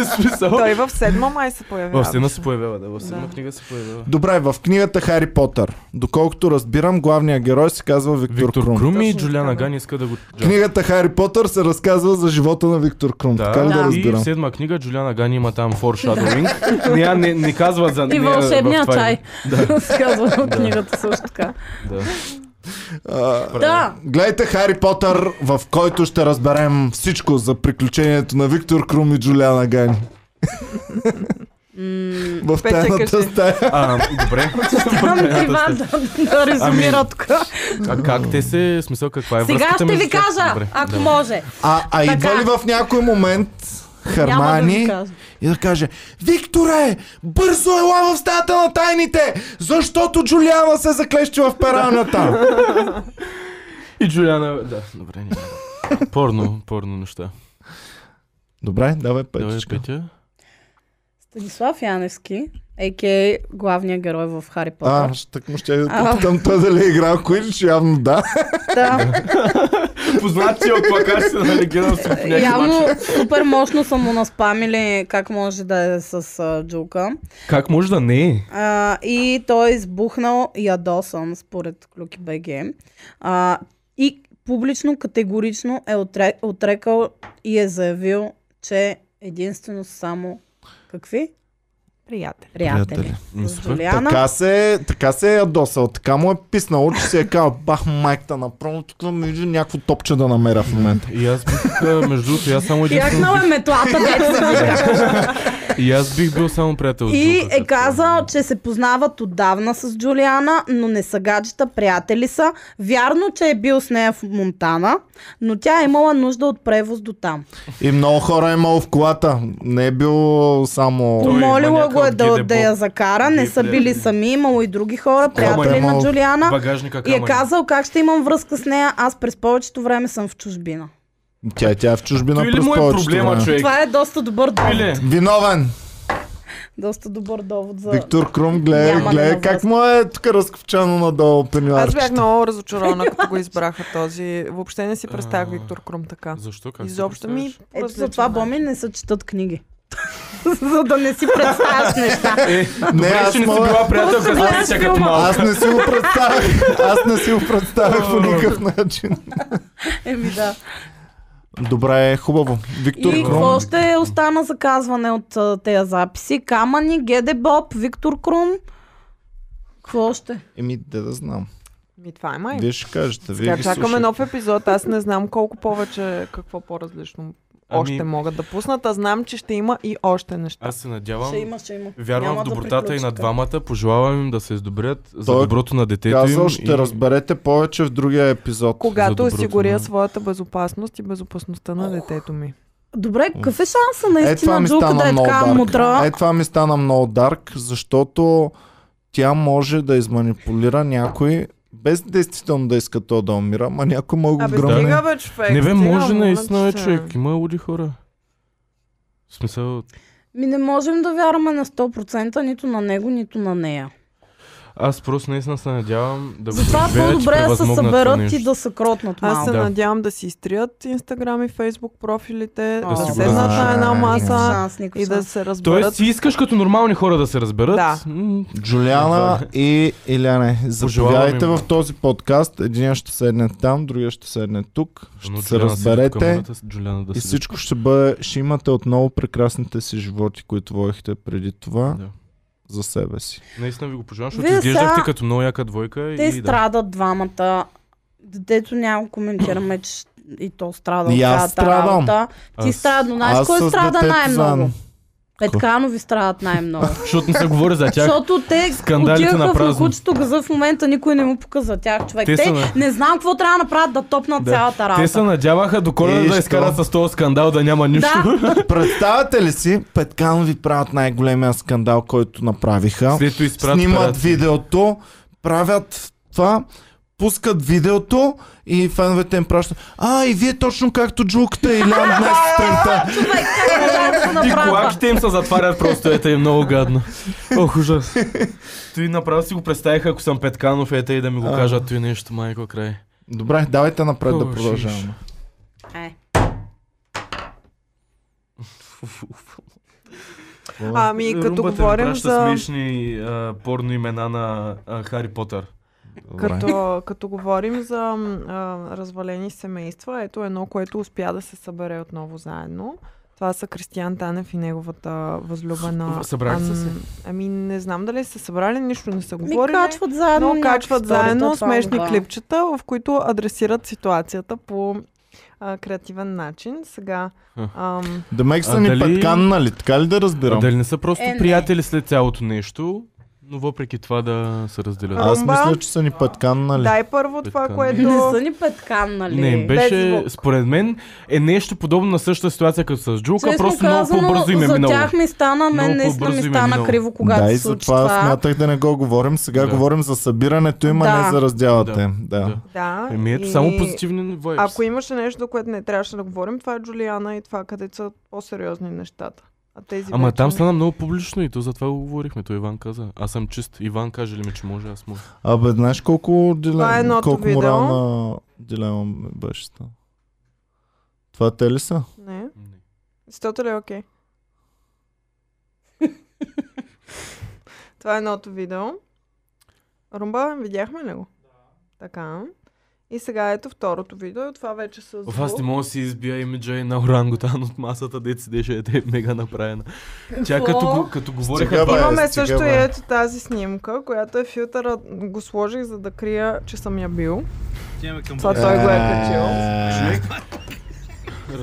В Смисъл. е Той в седма май се появява. В стена се появява, да. В седма Да. книга се появява. Добре, в книгата Хари Потър, доколкото разбирам, главният герой се казва Виктор, Виктор Крум. Крум и Точно Джулиана така, да. Ган иска да го... Книгата Хари Потър се разказва за живота на Виктор Крум. Да, така ли да, и в разбирам? седма книга Джулиана Ган има там foreshadowing. Ня, не, не казва за... и не, Ами, е, в вълшебния това чай. е- Да, се казва в книгата също така. да. А, Да, гледайте Хари Потър, в който ще разберем всичко за приключението на Виктор Крум и Джулиана Гани. в Петя, тайната кажи. стая. А, добре. там Иван Иван, да, да резюмира тук. А как те се... в Смисъл, каква е Сега връзката ще между ви тях? кажа, Добре, ако да. може. А, а идва Така. ли в някой момент Няма да ви Хармани кажа. и да каже Викторе, бързо ела в стаята на тайните, защото Джулиана се заклещи в пералнята. И Джулиана... Да, добре, няма. Порно, порно неща. Добре, давай Давай, петичка. Петя. Станислав Яневски, а.к.а. главният герой в Хари А, Потър. ще- так му ще я да А. попитам той дали е играл Куинч, явно да. Да. Познат си от нали, плакарите на легенда си в Явно супер мощно са му наспамили как може да е с а, Джулка. Как може да не е? А, и той е избухнал ядосан, според Клюки БГ. А, и публично, категорично е отре, отрекал и е заявил, че единствено само какви? Приятел. Приятели. Приятели. М, С супер. Джулиана. Така се, така се е ядосал, така му е писнало, че се е казал, бах майката направо, тук ми вижда някакво топче да намеря в момента. И аз бих, а, между другото, и аз само единствено... Яхнал е метлата, дето се вика. И аз бих бил само приятел с И Джулка, е както- казал, че се познават отдавна с Джулиана, но не са гаджета, приятели са. Вярно, че е бил с нея в Монтана, но тя е имала нужда от превоз до там. И много хора е имал в колата, не е бил само... Той има Помолила го е някакъв да, GD да я боб. закара, не GD са били приятели. сами, имало и други хора, приятели имал на Джулиана. Багажника И е камъни. казал как ще имам връзка с нея, аз през повечето време съм в чужбина. Тя, тя е в чужбина Той ли през му е повечето проблема, е- време. човек? Това е доста добър довод. Или? Виновен! доста добър довод за... Виктор Крум, гледай, Няма гледай нова как власт. му е тук разкопчано надолу Аз бях пенюарчето. много разочарована, като го избраха този. Въобще не си представях Виктор Крум така. Защо? Как си Изобщо представяш? ми... Ето различен за това начин. боми не се четат книги. за да не си представяш неща. Е, Не, добре, аз че не си мога- била приятелка значи Просто с гледаш Марица като филма. малка. Аз не си го представях. Аз не си го представях по никакъв начин. Еми да. Добре, хубаво. Виктор И какво Крум. още е остана за казване от а, тези записи? Камъни, Геде Боб, Виктор Крум. Какво още? Еми, да да знам. Ми това е май. Вие ще кажете. Вие Сега ги чакаме слушате. нов епизод. Аз не знам колко повече, какво по-различно още Ами- могат да пуснат. А знам, че ще има и още неща. Аз се надявам. Ще има, ще има. Вярвам Няма в да добротата и на приключите. двамата. Пожелавам им да се издобрят за Той доброто на детето Казал, им. ще и- разберете повече в другия епизод. за Когато доброто, осигуря да. своята безопасност и безопасността на детето ми. Добре, какъв е шанса Е, това наистина ми Джулка стана да е много така дарк. мутра? Е, това ми стана много дарк, защото тя може да изманипулира някой, без действително да иска то да умира, ма някой може да го Абе, гръмне. стига бе, човек. Не бе, стига, може наистина, е, момиче. човек. Има луди хора. В смисъл... Ми не можем да вярваме на 100% нито на него, нито на нея. Аз просто наистина се надявам да го Затова преживея, че по-добре е да се превъзмогна това съберат нещо. и да се кротнат Аз малко. се Да. надявам да си изтрият Инстаграм и Фейсбук профилите, Да да си го е седнат на една разрешат. Никакъв маса шанс, никакъв и да шанс. се Тоест, разберат. ти искаш като нормални хора да се разберат. Да. М, Джулиана и Иляне, Пожелавам заповядайте им, в да. този подкаст. Един ще седне там, другия ще седне тук. Но Ще се Джулиана седи до разберете камерата, с Джулиана да и седи. всичко ще бъде. Ще имате отново прекрасните си животи, които водихте преди това Да. за себе си. Наистина ви го пожелавам, защото Вие изглеждахте сега- като много яка двойка. Те Е, и да. страдат двамата. Детето няма коментираме, че и то страда И от аз цялата страдам. работа. Ти Аз- страда, но знаеш Аз кой с страда детето заедно. най-много? Е, Петканови страдат най-много. Защото не се говори за тях. Защото те скандалите на отиваха в празно. кучето газа, в момента никой не му показа тях, човек. Те Те, са на- не знам какво трябва да направят да топнат Да. цялата работа. Те се надяваха до Е, коледа да що? изкарат с този скандал, да няма нищо. Да, Представяте ли си, Петканови правят най-големия скандал, който направиха. След това изпрат снимат парат. видеото, правят това, пускат видеото и феновете им пращат. А, и вие точно както джулката и Лян днес сутринта. човек, как трябва да го И направят? колаките им се затварят просто, ете е много гадно. Ох, ужас. Той направо си го представиха, ако съм Петканов, ете и да ми го А. кажат той нещо, майко, край. Добре, давайте напред да О, шиш. продължаваме. Е, Ами, като Румбата ми говорим праща за... смешни а, порно имена на а, Хари Потър. Добре. Като, като говорим за м, а, развалени семейства, ето едно, което успя да се събере отново заедно. Това са Кристиан Танев и неговата възлюбена. Събрахте се? Ан- Ами не знам дали са се събрали, нищо не са ми говорили. качват заедно. Но някакви качват сторита, заедно това му смешни да. клипчета, в които адресират ситуацията по а, креативен начин. Сега... Ха. Ам, Демек А са ни дали- петкан, нали? Така ли да разбирам? Дали не са просто Е, не. приятели след цялото нещо, но въпреки това да се разделят. А, Аз Румба? мисля, че са ни петкан, нали? дай първо това, Петкан. което... Не са ни петкан, нали? Не, им Без беше, звук. според мен, е нещо подобно на същата ситуация като с Джулка, Честно просто казано, много по-бързо им е за минало. тях ми стана, мен Много наистина по-бързо ми им е стана минало. криво, когато да, и се за случи това това. смятах да не го говорим. Сега Да. говорим за събирането им, а Да. не за раздялата им. Да. Да. Да, Еми ето, само позитивни вайбс. Ако имаше нещо, за което не трябваше да говорим, това е Джулиана и това, където са по-сериозни нещата. А тези Ама вече там не. стана много публично и то затова го говорихме. То Иван каза. Аз съм чист. Иван каже ли ми, че може, аз мога. Абе, знаеш колко, Това е дилем... едното колко видео. морална дилема ми беше стана? Това те ли са? Не. Стото ли е окей? това е едното видео. Румба, видяхме ли го? Така. И сега ето второто видео. Това вече с В аз звук. не мога да си избия имиджа и на орангутан от масата, дет седеше е мега направена. Тя Какво? като, го- като говориха Стига, бе. това. Имаме стига, също и бе. ето тази снимка, която е филтъра. Го сложих, за да крия, че съм я бил. Това той го е качил. Човек,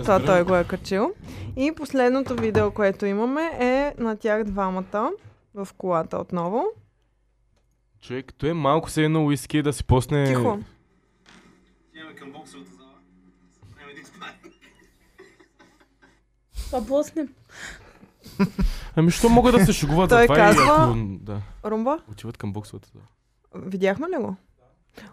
Това той го е качил. И последното видео, което имаме е на тях двамата в колата отново. Човек, той е малко се едно уиски да си посне... Тихо. Отиваме към боксовата зала. Време един спай. Това блъснем. Ами що могат да се шегуват за Той това и казва- ако... Да, Румба, отиват към боксовата. зала. видяхме ли го?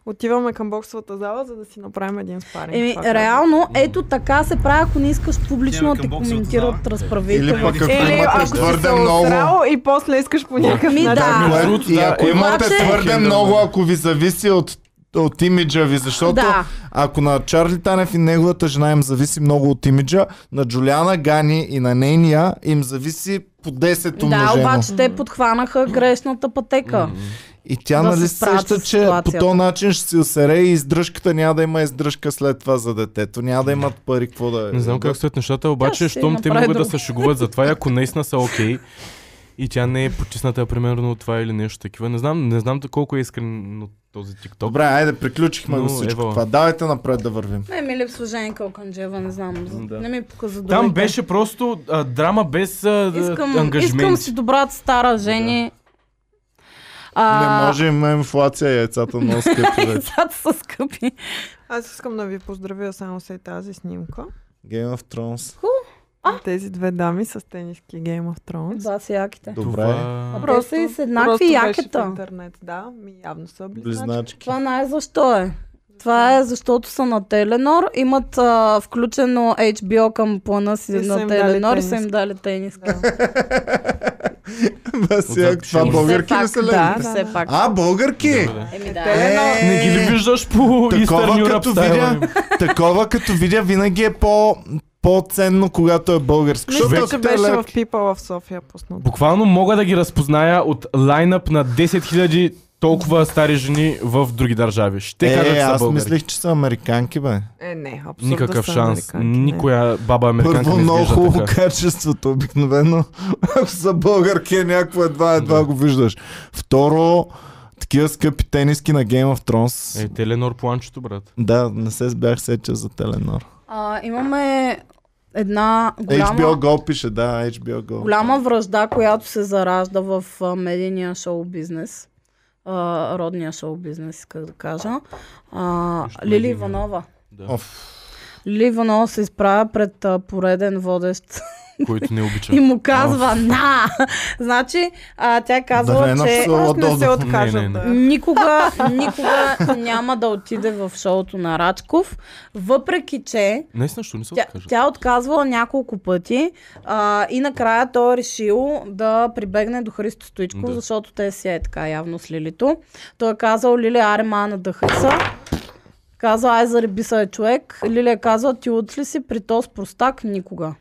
Отиваме към боксовата зала, за да си направим един спаринг. Еми, това казвам. реално, ето така се прави, ако не искаш публично Отиваме да към те боксовата коментират зала. разправителите. Или пък ако Или е ако имате си се твърде много... Усрал, и после искаш по някакъв Ми, начин. да. Между Кое- другото, И да, ако е, имате обаче- твърде много, ако ви зависи от от имиджа ви, защото Да. ако на Чарли Танев и неговата жена им зависи много от имиджа, на Джулиана Гани и на нейния им зависи по 10 Да, умножено. обаче те подхванаха грешната пътека. И тя да нали се справят сеща, с че по ситуацията. този начин ще си осере и издръжката няма да има издръжка след това за детето. Няма да имат пари, какво да е. Не знам как стоят нещата, обаче, ще си щом те направи могат да друго. се шегуват за това, и ако наистина са окей, и тя не е потисната, примерно, от това или нещо такива. Не знам, не знам колко е искрено този тикток. Добре, айде, приключихме Но, го всичко ево. това. Давайте напред да вървим. Не ми липсва Женка Оканджева, не знам. за- Да. Не ми показа добре. Там беше просто а, драма без а, Искам, искам ангажимент. си добрата стара жени. Не може, има инфлация, яйцата много скъпи вече. Яйцата са скъпи. Аз искам да ви поздравя само с тази снимка. Game of Thrones. Тези две дами с тениски Game of Thrones. Да, си яките. Добре. Добре. Просто и с еднакви просто беше якета. по интернет, да. Ми явно са близначки. Близначки. Това най защо е. Това е защото са на Теленор, имат а, включено HBO към плана си И са на им дали Теленор и са им тениска. дали тениска. Басяк, това Отзад българки Все ли са пак, ли? да. Все пак. А, българки! Еми да. Е, Не ги ли виждаш по Такова Eastern Europe като, стайла? видя, такова като видя винаги е по, по-ценно, когато е българско. Мисля, Защото че ако те е беше в лев, Пипа в София пуснато. Буквално мога да ги разпозная от лайнъп на 10 000 толкова стари жени в други държави. Ще кажат, е, че са аз българи. мислих, че са американки, бе. Е, не, абсурдно. Никакъв шанс. Никоя баба американка Първо, не много изглежда хубаво така. качеството, обикновено. Ако са българки, е някакво едва, едва Да. го виждаш. Второ, такива скъпи тениски на Game of Thrones. Е, Теленор планчето, брат. Да, не се бях сеча за Теленор. А, имаме една голяма... HBO Go пише, да, HBO Go. голяма връжда, която се заражда в а, медийния шоу бизнес. А, родния шоу бизнес, исках да кажа. А, Нищо Лили медийния. Иванова. Да. Оф. Лили Иванова се изправя пред а, пореден водещ Който не обича. и му казва на! значи, а, тя е казала, Да не е че написала Аз не се Додо. Не, не, откажа не. да. никога, никога няма да отиде в шоуто на Рачков, въпреки че Наистина, що не се Тя, откажат? тя е отказвала няколко пъти а, и накрая той е решил да прибегне до Христо Стоичков, Да. да. защото те си е така явно с Лилито. Той е казал, Лили, аре мана да хъса. Казва, ай зареби се е човек. Лили е казва, ти от ли си при този простак никога?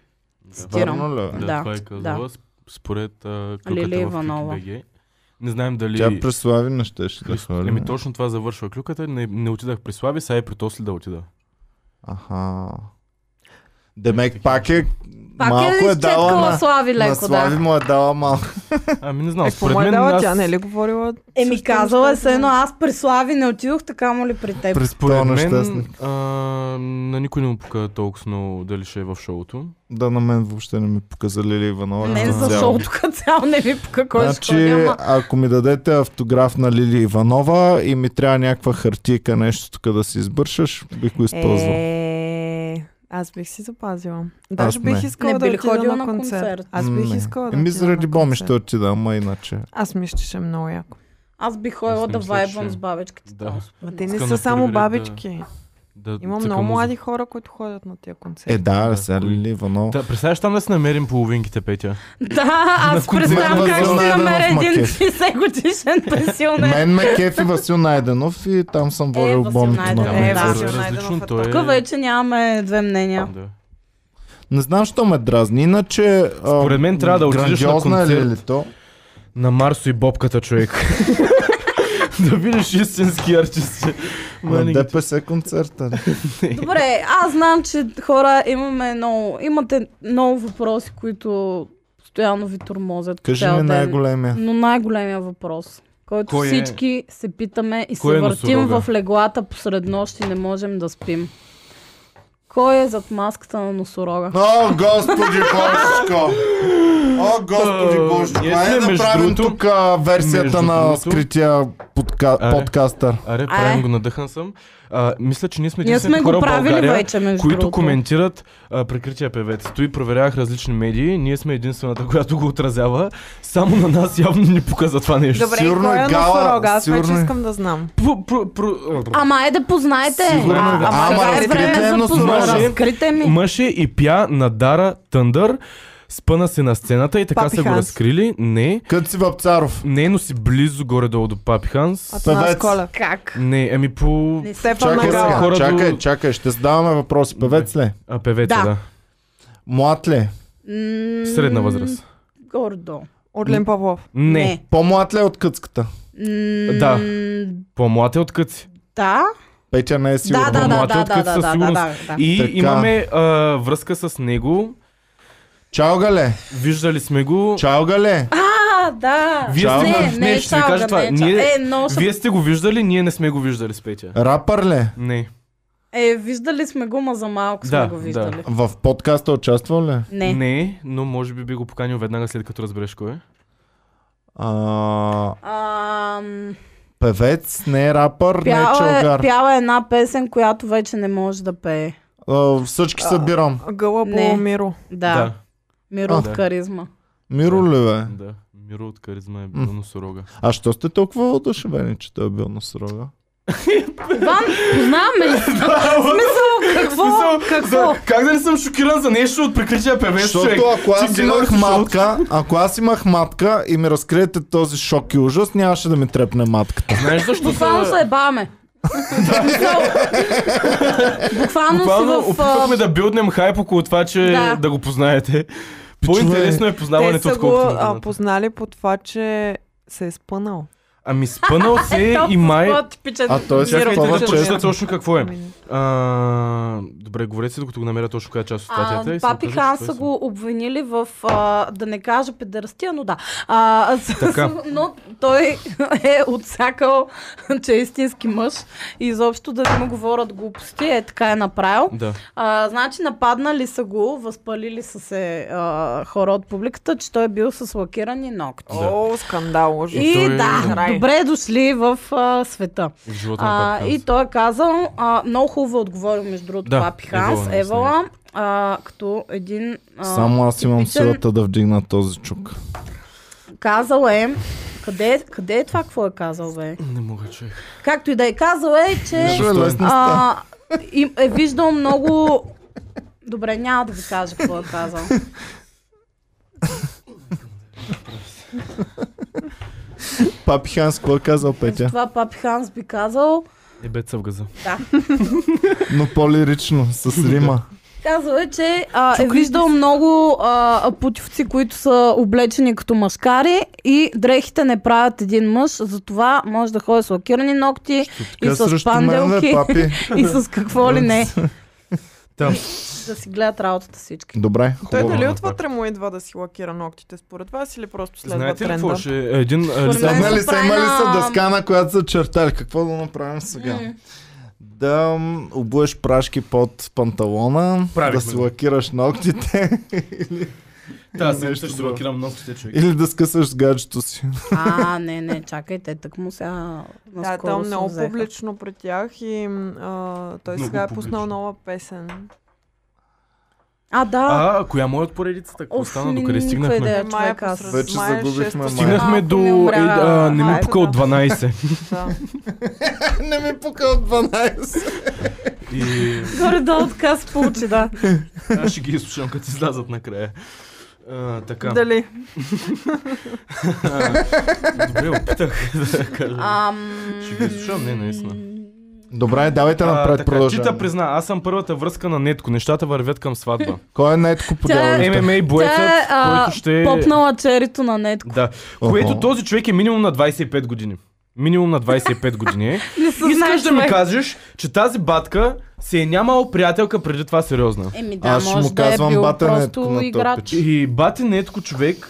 Цитирам. Вярно ли? бе? Да, да, това е казала. да. с- Според а, Лили клюката в Иванова. КГБГ. Не знаем дали... Тя нали? през Славина щеше да хвали. Еми точно това завършва клюката. Не, не отидах при Слави, сега е при Тосли да отида. Аха. Демек пак е Пак малко е е дала изчеткала на, Слави на леко, Слави да. му е дала малко. Ами не знам, Какво според му е мен дала аз... тя, не е ли говорила? Еми също казала е неща? се едно, аз при Слави не отидох, така му ли при теб? През Според мен, е нещастник. а, на никой не му пука толкова много дали ще е в шоуто. Да, на мен въобще не ми показа Лили Иванова. Мен като за цяло. шоуто като цяло не ви пука кой ще ходи, Значи, ама- ако ми дадете автограф на Лили Иванова и ми трябва някаква хартийка, нещо тук да си избършаш, бих го използвал. Е, Е, аз бих си запазила. Даже не. бих искала Не да би ли отида ходила на на концерт. концерт? Аз бих Не. искала да Еми отида заради на Боми концерт. ще отида, ама иначе. Аз мисля, че ще е много яко. Аз бих Аз ходила не да мисля, вайбвам че- с бабичките. Да. там. Ма те не са Искам да проверя само да- бабички. Да Има цъка много музика. млади хора, които ходят на тия концерти. Е, да, сега кои? Лили Иванова. Да, представяш там да си намерим половинките, Петя. Е, Да, аз мен представям ме как ще вълнува намеря Найденов един макет. 30 годишен пенсионер. Мен ме кефи Васил Найденов и там съм водил Васил бомбите на Найденов, мен. да. да, Васил Е, Найденов различно. е Той е... Тук вече нямаме две мнения. Да. Не знам, що ме дразни, иначе... а, Според мен трябва да отидеш на грандиозна е концерт. Лилито. На Марсо и Бобката, човек. да видиш истински артист. На Мани ги. ДПС концерта. ли? Добре, аз знам, че хора имаме много, имате много въпроси, които постоянно ви тормозят Кажи цял ми ден. най-големия. Но най-големия въпрос, който Кой е- всички се питаме и Кой е се въртим носорога? в леглата посред нощ и не можем да спим. Кой е зад маската на носорога? О, господи божко! О, господи А, божко! ние Айде сме, да между правим другото- тук а, версията между на другото- скрития подка... Аре. подкастър. Аре, Е. правим го, надъхан съм. А, мисля, че ние сме Ние единствените сме хора го в правили България, вече, между които другото. коментират а, прикрития певец. Той проверявах различни медии, ние сме единствената, която го отразява. Само на нас явно ни показва това нещо. Добре, Сигурно кой е е гала, носорога? Аз вече сигурно е. искам да знам. Пу- пру- пру- Ама е да познаете. Сигурно е, да. ама Ама, сега е разкрите време е за носорога. познава. Разкрите ми. Мъж е и пя на Дара Тъндър. Спъна се на сцената и така Папи са го Ханс. разкрили. Не. Кът си Вапцаров. Не, но си близо горе-долу до Папи Ханс. Атанас Певец. Колев. Как? Не, еми по... Не се Стефан Чакай, Мангала. сега, Мангала. Хора чакай, до- чакай, ще задаваме въпроси. Певец ли? е? А, певеца, Да. да. Млад ли? е? М, Средна възраст. Гордо. Орлин Павлов. Не. По-млад ли е от къцката? М, Да. По-млад е от къци. Да. Петя не е Да, сигурна. да, да, Млад е да, от да, къса, да, да, сигурно. да, да. И Така. имаме а, връзка с него. Чалга ли? е? Виждали сме го. Чалга ли? е? А, да. Вие сте- не, не, не, е ще ви чалга, кажа това. не е Ние- чалга. Е, но ще... Вие сте го виждали, ние не сме го виждали с Петя. Рапър ли? е? Не. Е, виждали сме го, ма за малко сме Да, го да. виждали. В подкаста участвал ли? е? Не. Не, но може би би го поканил веднага след като разбереш кой е. А, Ам, певец, не е рапър, не е пяла, е, чалгар. пяла е една песен, която вече не може да пее. А, всички събирам. Гъла Не. Поломиро. Да. да. Миро А. от каризма. Миро ли бе? Да, да. Миро от каризма е бил носорога. А що сте толкова одушевени, че той е бил носорога? Иван, познаваме ли? се? В смисъл, какво? Какво? как да не съм шокиран за нещо от прикрития певец, Защото ако аз ти имах гледаш, матка, ако аз имах матка и ми разкриете този шок и ужас, нямаше да ми трепне матката. Знаеш защо Буквално се ебаме. Смисъл, Буквално си Буквално в... а, опитвахме да билднем хайп около това, че Да. да, го познаете. По-интересно е Те познаването, са го отколкото а, на го... познали по това, че се е спънал. Ами спънал се Е, Топ и май... спот, типичен. А е той се Чакайте това, да че- прочета точно какво е. Ами, не. А, добре, говорете си, докато го намеря точно коя част от статията. А, и се папи окаже, че Хан той са съм. го обвинили в, а, да не кажа педерастия, но да. А, с, Така. с- но той е отсякал, че е истински мъж и изобщо да не му говорят глупости, е така е направил. Да. А, значи нападнали са го, възпалили са се а, хора от публиката, че той е бил с лакирани ногти. Да. О, скандал, ужас. И той е- да, Край. добре дошли в а, света. В живота на А, папи и Ханс. той е казал, а, много хубаво е отговорил между другото Да, Папи Ханс, Евала, Евала, а, като един а, Само аз имам типичен- силата да вдигна този чук. казал е, къде, е- къде е това, какво е казал бе? Не мога, че... Както и да е казал е, че Нищо е лесно става. а, им, е виждал много... Добре, няма да ви кажа какво е казал. Папи Ханс, какво е казал Петя? Това Папи Ханс би казал, Е, бед са в газа. Но по-лирично, с Рима. Казал е, че а, е виждал много а, путевци, които са облечени като маскари и дрехите не правят един мъж, затова може да ходи с лакирани ногти и Така с срещу мен, бе, панделки папи. и с какво ли не. Там. Да си гледат работата всички. Добре, Той Хубаво дали направи. отвътре му идва да си лакира ногтите според вас или просто следва Знаете ли тренда? какво ще... е? Един... а, Според мен- Седнали лица- се нали са, прави имали на- са дъска, на която са чертали. Какво да направим сега? Е. Да м, обуеш прашки под панталона, Правихме да си го. лакираш ногтите Да, сега нещо ще се друго. блокирам ногтите, човек. или да скъсаш с гаджето си. А, не, не, чакайте, так му сега Да, е, наскоро там се много взеха. публично при тях и м, а, той Много сега е публично. пуснал нова песен. А, да. А, коя му е от поредицата? Какво Оф, стана? ни- Докъде никаква стигнахме? идея, Май е човек, аз. посред- Вече май е загубихме, шеста май. стигна. Стигнахме Малко до... ми умря е, а, не ми хайпа, пука от да. 12. Да. Не ми пука от 12. И... Горе-долу така се получи, да. Аз ще ги изслушам, като излязат накрая. А, така. Дали? Добре, опитах да кажа. Ам... Ще ги изслушам, не, наистина. Добре, давайте напред така, Чита продължаваме. призна, аз съм първата връзка на Нетко. Нещата вървят към сватба. Кой е най-тко подявалите? ММА боецът, Тя е, а, който ще... Попнала черито на нетко. Да. Което този човек е минимум на 25 години. Минимум на 25 години е. Не се знае Искаш да ми човек. кажеш, че тази батка си е нямала приятелка преди това сериозна. Еми да, Аз ще може му да е казвам бил батенето на просто този играч. пич. И бати Нетко човек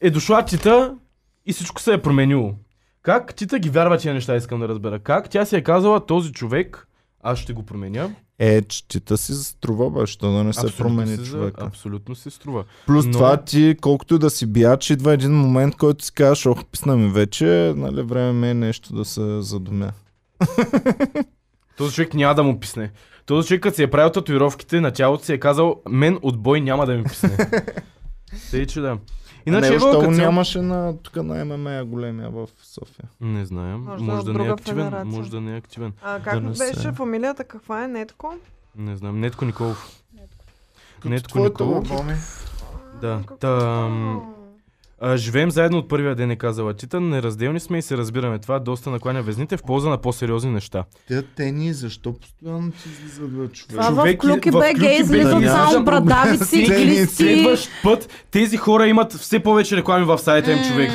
е дошла Тита и всичко се е променило. Как Тита ги вярва тия неща, искам да разбера. Как тя си е казала този човек, аз ще го променя. Е, чета си струва, бе, що да не се промени си, за- човека. Абсолютно си струва. Плюс Но- това ти, колкото и да си бияч, идва един момент, който си казваш, ох, писна ми вече, нали, време ми е нещо да се задумя. Този човек няма да му писне. Този човек, като си е правил татуировките на тялото, си е казал, мен от бой няма да ми писне. Тъй, че да. Иначе, е не, Ева, Ева, като цяло- нямаше на, тук на ММА големия в София. Не знаем. Може Може, да е от да, не е друга активен. федерация. Може да не е активен. А Да как не беше се- фамилията? Каква е? Нетко? Не знам. Нетко Николов. Нетко Твоето, Николов. бе, Боми. Да. Какво? Там, а, живеем заедно от първия ден, е казала Тита. Неразделни сме и се разбираме. Това доста накланя везните в полза на по-сериозни неща. Тя тени, защо постоянно ти излизат бе, човек? Това в Човек и- клюки в БГ клюки излизат BG. само брадавици, Следни- глисти. е Следващ път тези хора имат все повече реклами в сайта им, човек.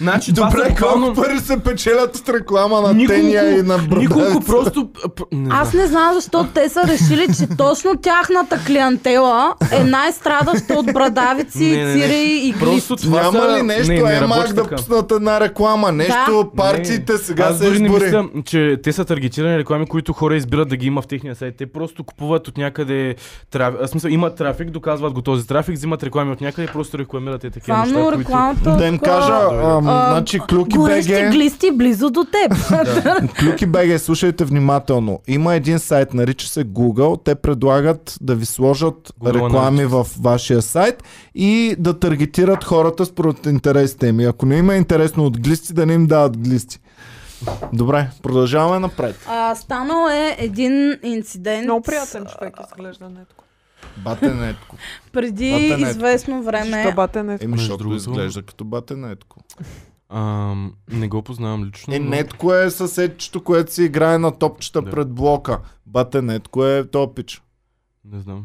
Значи, това са Добре, буквално- колко пари се печелят от реклама на Николко- тения и на Николко брадавица? просто... а, п- Не знам. Аз не знам защо те са решили, че точно тяхната клиентела е най-страдаща от брадавици, Не, не, не. цiri и глисти. Просто това Няма са... ли нещо, не, не е мак работи да така. пуснат една реклама? Нещо, партиите сега Аз се дори не избори. мисля, че те са таргетирани реклами, които хора избират да ги има в техния сайт. Те просто купуват от някъде трафик. В смисъл, имат трафик, доказват го този трафик, взимат реклами от някъде и просто рекламират е такива Това неща, му които... рекламата. Да им така, кажа, ам, а, значи Клюки Горещи БГ... глисти близо до теб. Клюки БГ, слушайте внимателно. Има един сайт, нарича се Google. Те предлагат да ви сложат Google реклами в вашия сайт и да таргетират хората според интересите им. И ако не има интересно от глисти, да не им дават глисти. Добре, продължаваме напред. А, станал е един инцидент. Много приятен човек изглежда Нетко. Батенетко. Преди Батенето. известно време. Защо бате Нетко? Еми, Между защото другото- изглежда като батенетко. Ам, не го познавам лично. Е, но- нетко е съседчето, което си играе на топчета Да. пред блока. Батенетко е топич. Не знам.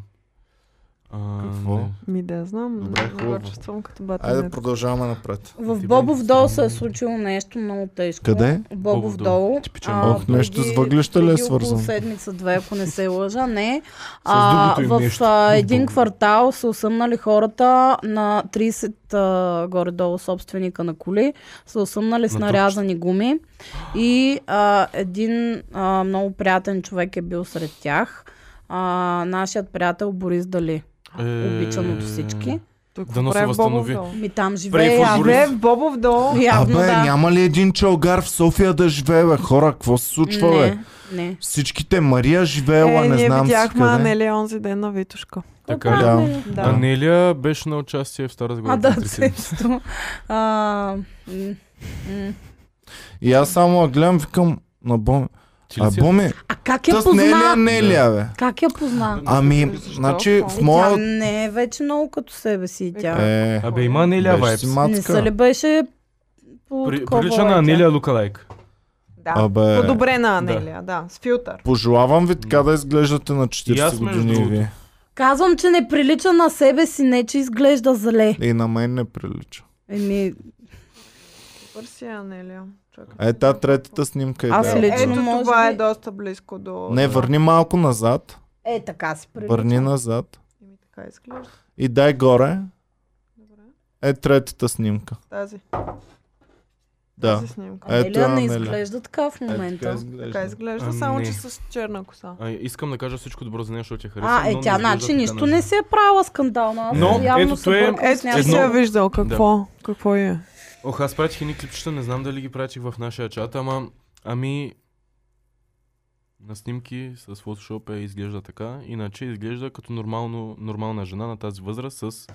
А, Какво? не. Ми да, знам. Добре, Добре, хубаво. хубаво. чувствам като бате Айде Нетко. продължаваме напред. В Ти Бобов бе, дол ти се бе. е случило нещо много тежко. Къде? Бобов Бобов дол. дол. Типичен А, Бобов Ох, дол. нещо с преди- въглища ли е преди около свързано? седмица-две, ако не се лъжа, не. другото А, им в нещо. а, един Бобов. квартал са осъмнали хората на 30 а, горе-долу собственика на коли. Са осъмнали с На нарязани гуми. И а, един а, много приятен човек е бил сред тях. А, нашият приятел Борис Дали, Е, обичан от всички. Той какво Дано се прави в Бобов възстанови. дол? Ми там Прави живее футболист. явно. Бе, в Бобов дол. Е, Явно, Абе, да. няма ли един чалгар в София да живее, бе? Хора, какво се случва, бе? Не, не. Всичките Мария живеела, е, не ние знам си видяхме къде. Анелия онзи ден на Витушка. Така Какво ли? Да. правим? Да. Анелия беше на участие в Стара Загора. А, да, преди седмица. цепсто. А, м, м. И аз само я гледам, викам на Боми. Ти ли А си? Боми, А как я тъс не е ли позна? Анелия, бе? Как я позна? Ами, Защо? значи в Е, Тя моя... не е вече много като себе си и тя. Е, Абе, има Анелия беше вайбс. си Не се мацка. ли беше по При- такова Прилича на лайка? Анелия Лукалайк. Да. Абе, Подобрена Анелия, да. С филтър. пожелавам ви така да изглеждате на 40 И аз, между години и вие. Казвам, че не прилича на себе си, не че изглежда зле. И на мен не прилича. Еми, Търси я, Анелия. Чакай. Е, та третата снимка е Аз да. лично Ето може това би- е доста близко до... Не, върни малко назад. е така си прилича. Върни назад. Еми, така изглежда. И дай горе. Добре. Е, третата снимка. Тази. Да. Тази снимка. Ето Анелия не Анелия. изглежда Е, така в момента. Така е изглежда, А, само Ами не. че с черна коса. А, искам да кажа всичко добро за нея, защото ти харесва. А, е, тя, значи, нали? нищо не си е правила скандална. Аз Но, явно ето, се то е- бъркам с Ето ти някакво. си я виждал. Какво? Какво е? Ох, аз пратих едни клипчета, не знам дали ги пратих в нашия чат, ама... Ами... На снимки с фотошоп е изглежда така, иначе изглежда като нормално, нормална жена на тази възраст с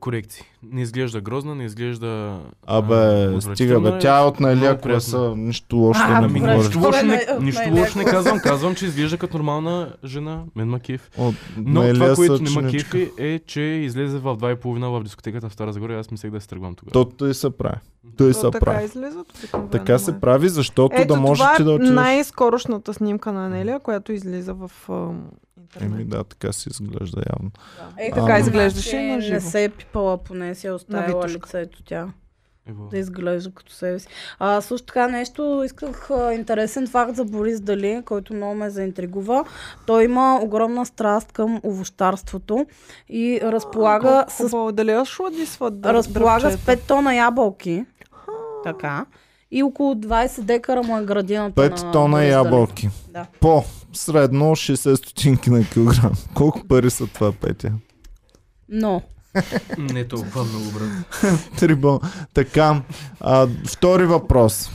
корекции. Не изглежда грозна, не изглежда... Абе, отвратителна, стига бе, е тя е от Нелия много приятна. коса, нищо лошо А, не Ами, добре, говори. нищо лошо не, Добре, нищо не, лошо не не. казвам, казвам, че изглежда като нормална жена, мен макив. От Но Нелия това, са което не ма чиничка. кефи е, че излезе в 2.30 в дискотеката в Стара Загора и аз мислех да се тръгвам тогава. То той се прави. Той се То така прави. излизат Така се прави, защото Ето да може това ти да е отидеш. най-скорошната снимка на Анелия, която излиза в ам, Еми интернет. да, така си изглежда явно. Е, така значи изглеждаше на Не живо. се е пипала, поне си е На оставила витушка. лицето тя. Ево. Да изглежда като себе си. А, също така нещо, исках а, интересен факт за Борис Дали, който много ме заинтригува. Той има огромна страст към овощарството и разполага с Хубаво, дали я шладисват да разполага с дръвчета? 5 тона ябълки. Така. и около 20 декара му е градината 5 на тона Борис ябълки. Далев. Да. По средно 60 стотинки на килограм. Колко пари са това, Петя? Но, Не толкова много, брат. Трибо. Така, а, втори въпрос.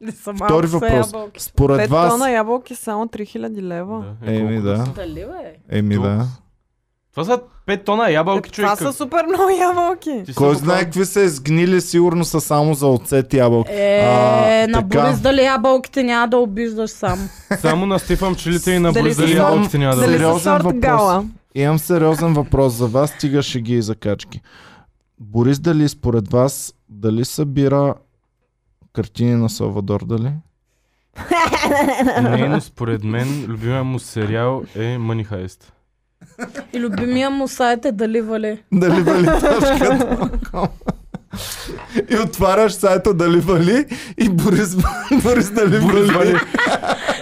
не са малко Втори са въпрос. ябълки. Според 5 вас... тона ябълки само 3000 лева. е, Еми колко да, са? Дали бе? еми да. Това са 5 тона ябълки, Е, човек. това са супер много ябълки. Ти си Кой го знае какви са изгнили, сигурно са само за оцет и ябълки. Е, А, на така. Борис дали ябълките няма да обиждаш сам. правил. Само на Стефан пчелите и на Дали Борис си дали сам- ябълките няма да Дали бъдат. Сериозен Нали са сорт въпрос. гала? Имам сериозен въпрос за вас, стига ще ги и закачки. Борис, дали според вас, дали събира картини на Салвадор, дали? Не, но според мен любимия му сериал е Money Heist. И любимия му сайт е дали вали. Дали вали точка.com? И отваряш сайта дали вали и Борис, Борис дали Борис вали. Вали.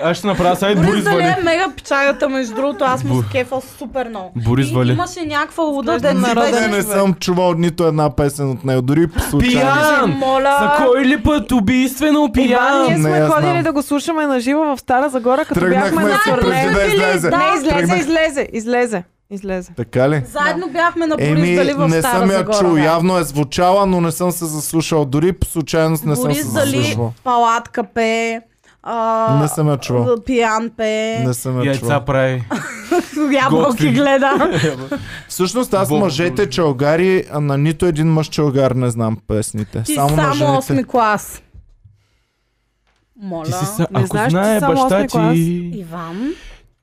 Аз ще направя сайт Борис Борис Дали Вали. е мега печагата, между другото, аз му Бо- се кефа супер много. Борис И Вали. Имаше някаква луда Сплъзна ден на на Раден. Не, не съм чувал нито една песен от него, дори по случайно. Пиян! Моля. За кой ли път Е, убийствено Иван, ние пиян? Не, сме я знам. ходили да го слушаме на живо в Стара Загора, като Тръгнахме бяхме на си турне. преди да излезе. Да. Не, излезе, Тръгнах- излезе, излезе, излезе. Така ли? Заедно бяхме на Борис Еми, Дали в Е, не Стара съм я Загора. чул. да. Явно е звучала, но не съм се заслушал. Дори по случайност не съм се Борис Дали заслушал. палатка пее. А, Не съм я чувал. Пиян пее. Не съм я чувал. Яйца прави. Ябълки Готви. гледа. Всъщност аз Бог, мъжете други. чалгари, а на нито един мъж чалгар не знам песните. Ти само на само жените. 8 клас. Моля. Ти си са, Не ако знаеш, че знае само баща осми клас. ти... Иван,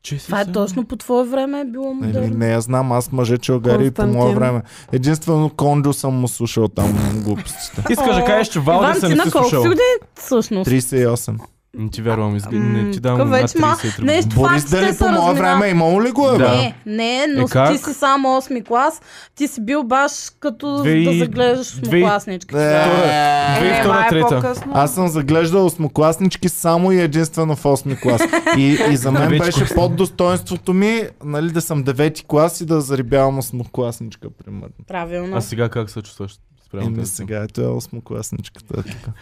че си това е сам. точно по твое време е било Еми, модерно. Нали, не, я знам, аз мъже чалгари и по мое Константин. време. Единствено Кондо съм му слушал там глупостите. Искаш да кажеш, че Валде Иван, съм ти не на си колко си слушал. години всъщност? 38. Не ти вярвам, изг... не ти тук дам над вече ма- 33 не, години. Борис Фактите Дали се по мое разминават. време имало ли го е? бе? Да. Не, не, но Е, ти как? си само 8 клас. Ти си бил баш като Две и- да заглеждаш две и- осмокласнички. Втора- Е, Две и май втора, е трета. по-късно. Аз съм заглеждал осмокласнички само и единствено в 8 клас. И, и за мен Вече беше курсът. под достоинството ми нали, да съм 9 клас и да зарибявам осмокласничка, примерно. Правилно. А сега как се чувстваш? Спрямо Еми тези? сега, ето е осмокласничката. Е тук.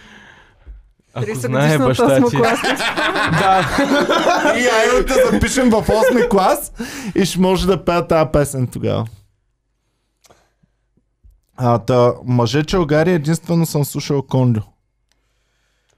Ако 30 знае годишната баща ти... осмокласница. Да, Ами, И айде да те запишем в 8 клас и ще може да пея тази песен тогава. А, та, мъже Чалгари единствено съм слушал Кондо.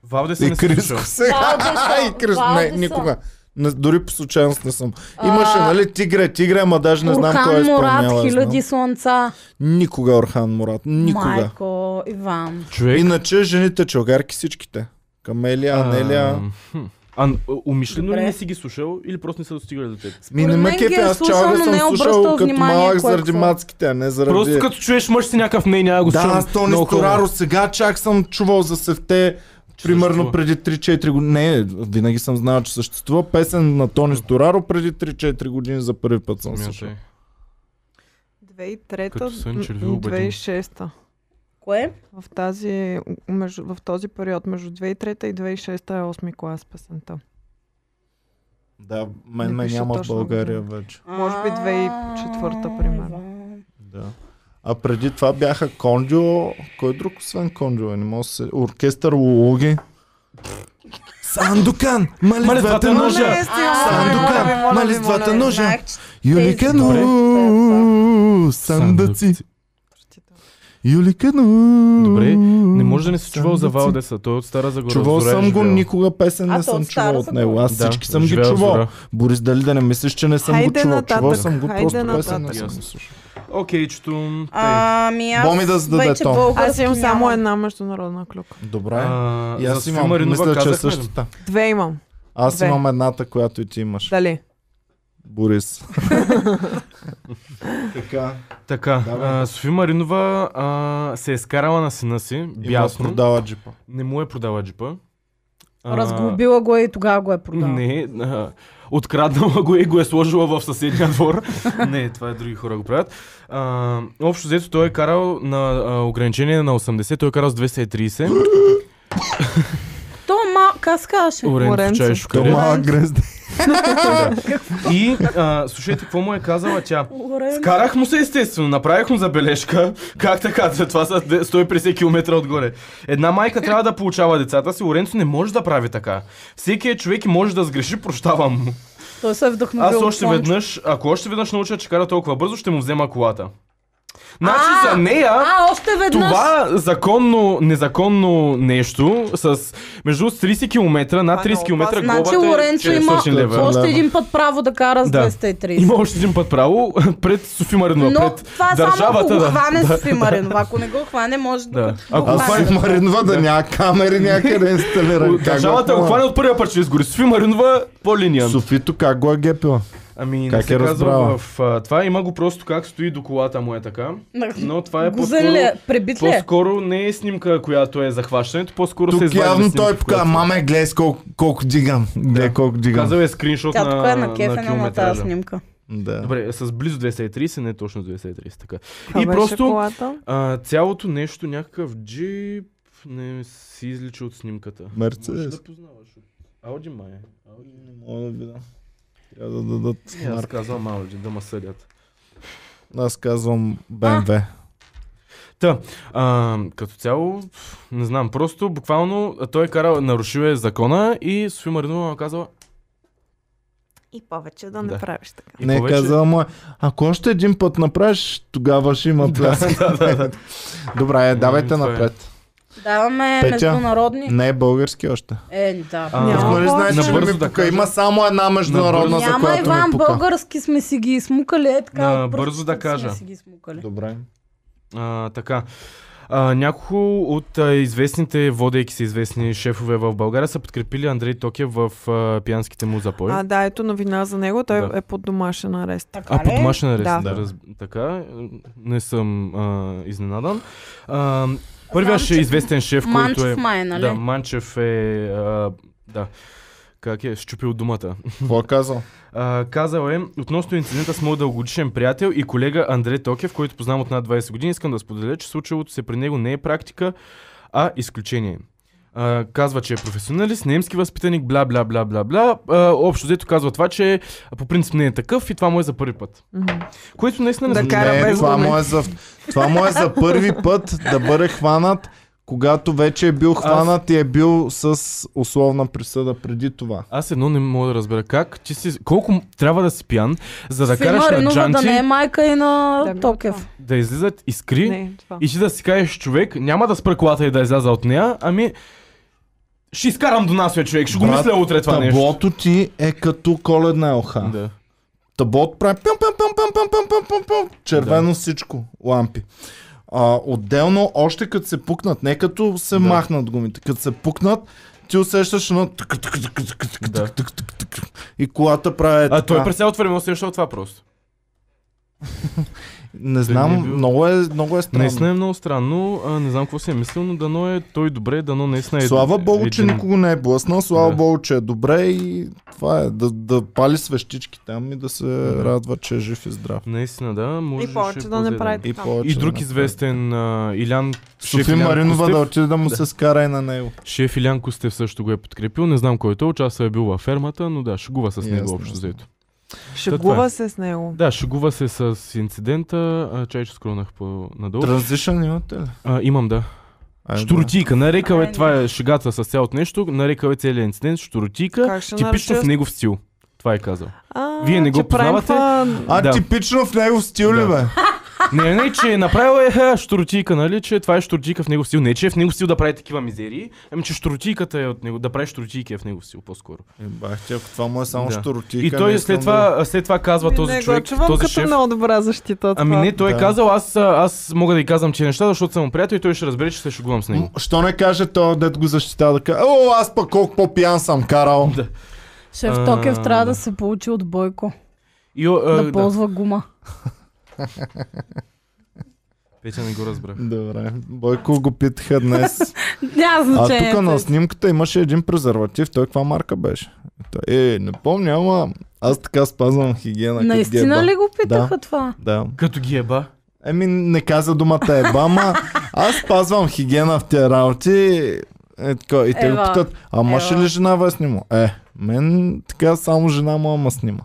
Валде съм И не си слушал. Криско сега. Валди са, И Криско. Не, Валди са. никога. Не, дори по случайност не съм. Имаше, А, нали, тигре, тигре, ма даже не знам кой е Урхан изпълнява. Мурат, я знам. хиляди слънца. Никога Орхан Мурат. Никога. Майко, Иван. Човек... Иначе жените чалгарки всичките. Камелия, Анелия. Ами, Ам, хм. А, умишлено ли Добре. не си ги слушал или просто не са достигали до теб? Ми не ме Според мен ги кефи, е аз слушал, чалга но не е съм слушал обръщал като внимание малък кой е заради какво. мацките, а не заради... Просто като чуеш мъж си някакъв не, няма го Да, слушам. аз Тони Много хубаво. Стораро сега чак съм чувал за севте примерно съществува. преди 3-4 години. Не, винаги съм знал, че съществува песен на Тони Стораро преди 3-4 години за първи път съм Мята слушал. е. 2003 Като съм червил и убеден. 2006 Кое? в, тази, между, в този период, между 2003 и 2006 е 8 клас песента. Да, мен Не ме пише няма в точно България вече. Може би 2004-та, примерно. Иван. Да. А преди това бяха Кондио. Кой друг освен Кондио? е? Не мога да се... Оркестър Лологи. Сандукан! Мале, Мализвата двата ножа! Е, Е, ножа! Сандукан! Мализвата нали, ножа! Знаех, че Юликану! Сандъци! Юликану! Добре, не може да не си чувал за Валдеса, той е от Стара Загора. Чувал Зора е съм го, живял. никога песен А, не то съм от Стара чувал от него. Загора. Аз Да, всички съм ги живял в чувал. Зора. Борис, дали да не мислиш, че не съм го Хайде чувал? Чувал нататък, съм го, хайде просто песен не нататък. съм го слушал. Окей, чето... тъй. Ами аз Боми да зададе вече тон. български Аз имам нямам. само една международна клюка. Добре. А, И аз за имам, Силмаринова мисля, че е казахме ли? същата. Две имам. Аз Две. имам едната, която и ти имаш. Дали? Борис. Така. Така, Давай. а, Софи Маринова а, се е скарала на сина си, И му бясно. продава джипа. Не му е продала джипа. А, Разглобила го е и тогава го е продала. Не, а, откраднала го е и го е сложила в съседния двор. не, това е други хора го правят. А, общо взето той е карал на а, ограничение на 80, той е карал с 230. То ма... Как се казваше? Оренцо Оренцо. чай шукаре. Тома Грезда. И а, слушайте, какво му е казала тя. Лорен. Скарах му се естествено, направих му забележка. Как така? За Това са де- 150 км отгоре. Една майка трябва да получава децата си. Лоренцо не може да прави така. Всеки е човек и може да сгреши, прощавам му. Той се е вдъхновил. Аз от още Слънчев. веднъж, ако още веднъж науча, че кара толкова бързо, ще му взема колата. Значи А, за нея... А, още веднъж. Това законно, незаконно нещо с между 30 км, над 30 км Значи глобата Значи е Лоренцо има 400 лева. Лоренцо още един път право да кара с Да. 230. Има още един път право пред Софи Маринова, Но пред това само ако държавата. го да. хване Софи Маринова. Ако не го хване, може да, Да. да. Ако го Аз хване- хване. си Маринова да няма камери някъде инсталирани. Как го Държавата е го хвана? хване от първия път, че изгори. Софи Маринова по-линия. Софито как го е гепила? Ами, не Как се е казва разбрала? в а, това. Има го просто как стои до колата му е така. Но това е Гузен ли е? по-скоро... Пребит ли е? По-скоро не е снимка, която е захващането, по-скоро се Тук извади явно снимка, той показва, която- маме, гледай с колко, колко дигам. Гледай колко дигам. Казал е скриншот Тя на, тук е на кефена на тази километража. снимка. Да. Добре, с близо 230, не точно 230, така. Това и беше просто колата. а, цялото нещо, някакъв джип, не си излича от снимката. Може Мерцедес. да познаваш. от- Ауди май. е. Ауди. Мога да видя. Трябва да дадат Не, Е, Аз марка. казвам Ауди, да ма съдят. Аз казвам BMW. А, като цяло, пф, не знам, просто буквално а, той е карал, нарушил е закона и Софи Маринова му е казала И повече да не не Да. правиш така. и не е повече. казала му, е, ако още един път направиш, тогава ще има плясък. да, да, да. Добре, е, давайте това е. напред. Даваме Петя. международни. Не е български още. Е, да. А, Няма. Ама не повече. знаеш, че не Набързо ми да пука. кажа. Има само една международна, за Няма която ми Иван, пука. български сме си ги измукали. Е, така, На от пръстите бързо да сме кажа. си ги измукали. Добре. А, така. А, няколко от а, известните, водейки се известни шефове в България, са подкрепили Андрей Токев в а, пиянските му запои. А, да, ето новина за него. Той Да. е под домашен арест. Така А, ли? под домашен арест. нали? Да. Да. да Да. раз... Така, е, не съм а, изненадан. А, първия ще е Манчев- известен шеф, който е... Манчев май, нали? Да, Манчев е... А, да. Как е? Щупил думата. Какво е казал? А, казал е, относно инцидента с моят дългогодишен приятел и колега Андре Токев, който познавам от над 20 години, искам да споделя, че случилото се при него не е практика, а изключение. А, казва, че е професионалист, немски възпитаник, бла бла бла бла бла. А, общо взето казва това, че по принцип не е такъв и това му е за първи път. Което наистина не Да знам. кара не, без това гуми. му, е за, това му е за първи път да бъде хванат, когато вече е бил хванат и е бил с условна присъда преди това. Аз едно не мога да разбера как ти си, колко трябва да си пиян, за да Софи караш на Маринова джанчи, да не е майка и на Да, Токев. да излизат искри, Не, това. И ти да си кажеш човек, няма да спра колата и да изляза от нея, ами ще изкарам до нас, бе, човек. Ще го Брат, мисля утре Е, това нещо. Таблото ти е като коледна елха. Да. Да. Таблото прави пъм, пъм, пъм, пъм, пъм, пъм, пъм, пъм, пъм. Червено всичко, лампи. А, отделно, още като се пукнат, не като се Да. махнат гумите, като се пукнат, ти усещаш едно тък, тък, тък, тък, тък, Да. тък, тък, тък, тък. и колата прави е А той така. през цялото време усещал това просто. Не не е знам, бил- много е, много е странно. Наистина е много странно. А, не знам какво си е мислил, но дано е той добре, дано наистина е. Слава Богу, че един- никого не е блъснал, слава Да. Богу, че е добре и това е, да, да пали свещички там и да се радва, че е жив и здрав. Наистина, да. Може И повече ще да не бъде, прави И, така. повече И да друг не известен а, Илян прави. шеф Софи Илян Маринова Костев. да отиде да му се скара и на него. Шеф Илян Костев също го е подкрепил. Не знам кой е той, участвал е бил във фермата, но да, шегува с него Ясно, общо ясно. взето. това е. Шегува се с него. Да, шегува се с инцидента. А, чай, че скронах по-надолу. Транзишън имате ли? А, имам, да. Айде. Штуротийка. Нарекал Ай, е не. това е шегата с цялото нещо, нарекал е целият инцидент штуротийка, Как ще типично в наречеш? негов стил. Това е казал. А, Вие не го че правим познавате? това- А Да. типично в него стил Да. ли бе? Не, не, че е направил е ха, штуротийка, нали, че това е штуротийка в негов стил. Не, че е в негов стил да прави такива мизерии, ами че штуротийката е от него, да прави штуротийки е в негов стил по-скоро. Бах ти, ако това му е само Да. штуротика. И той след това, след това казва Ми този не човек, го чувам този като шеф. много добра защита. от Ами това. не, той е Да. казал, аз, а, аз мога да й казвам че е неща, защото съм му приятел и той ще разбере, че се шегувам с него. Що не каже той, дед го защитава да каже, о, аз пък колко по-пиян съм карал. Да. Шеф А, Токев трябва да. Е, да се получи от Бойко. И, о, а, Да ползва гума. Петя не го разбрах. Добре, Бойко го питаха днес. Няма А значение. тук на снимката имаше един презерватив. Той каква марка беше? Той, Е, не помня, ама аз така спазвам хигиена. Наистина като ги еба. ли го питаха това? Да. Като ги еба. Еми, не каза думата еба, ама аз спазвам хигиена в тези работи. Е, така, и те го Ева. питат, а мъж Ева. или жена вас не му? Е, Мен така само жена му ама снима.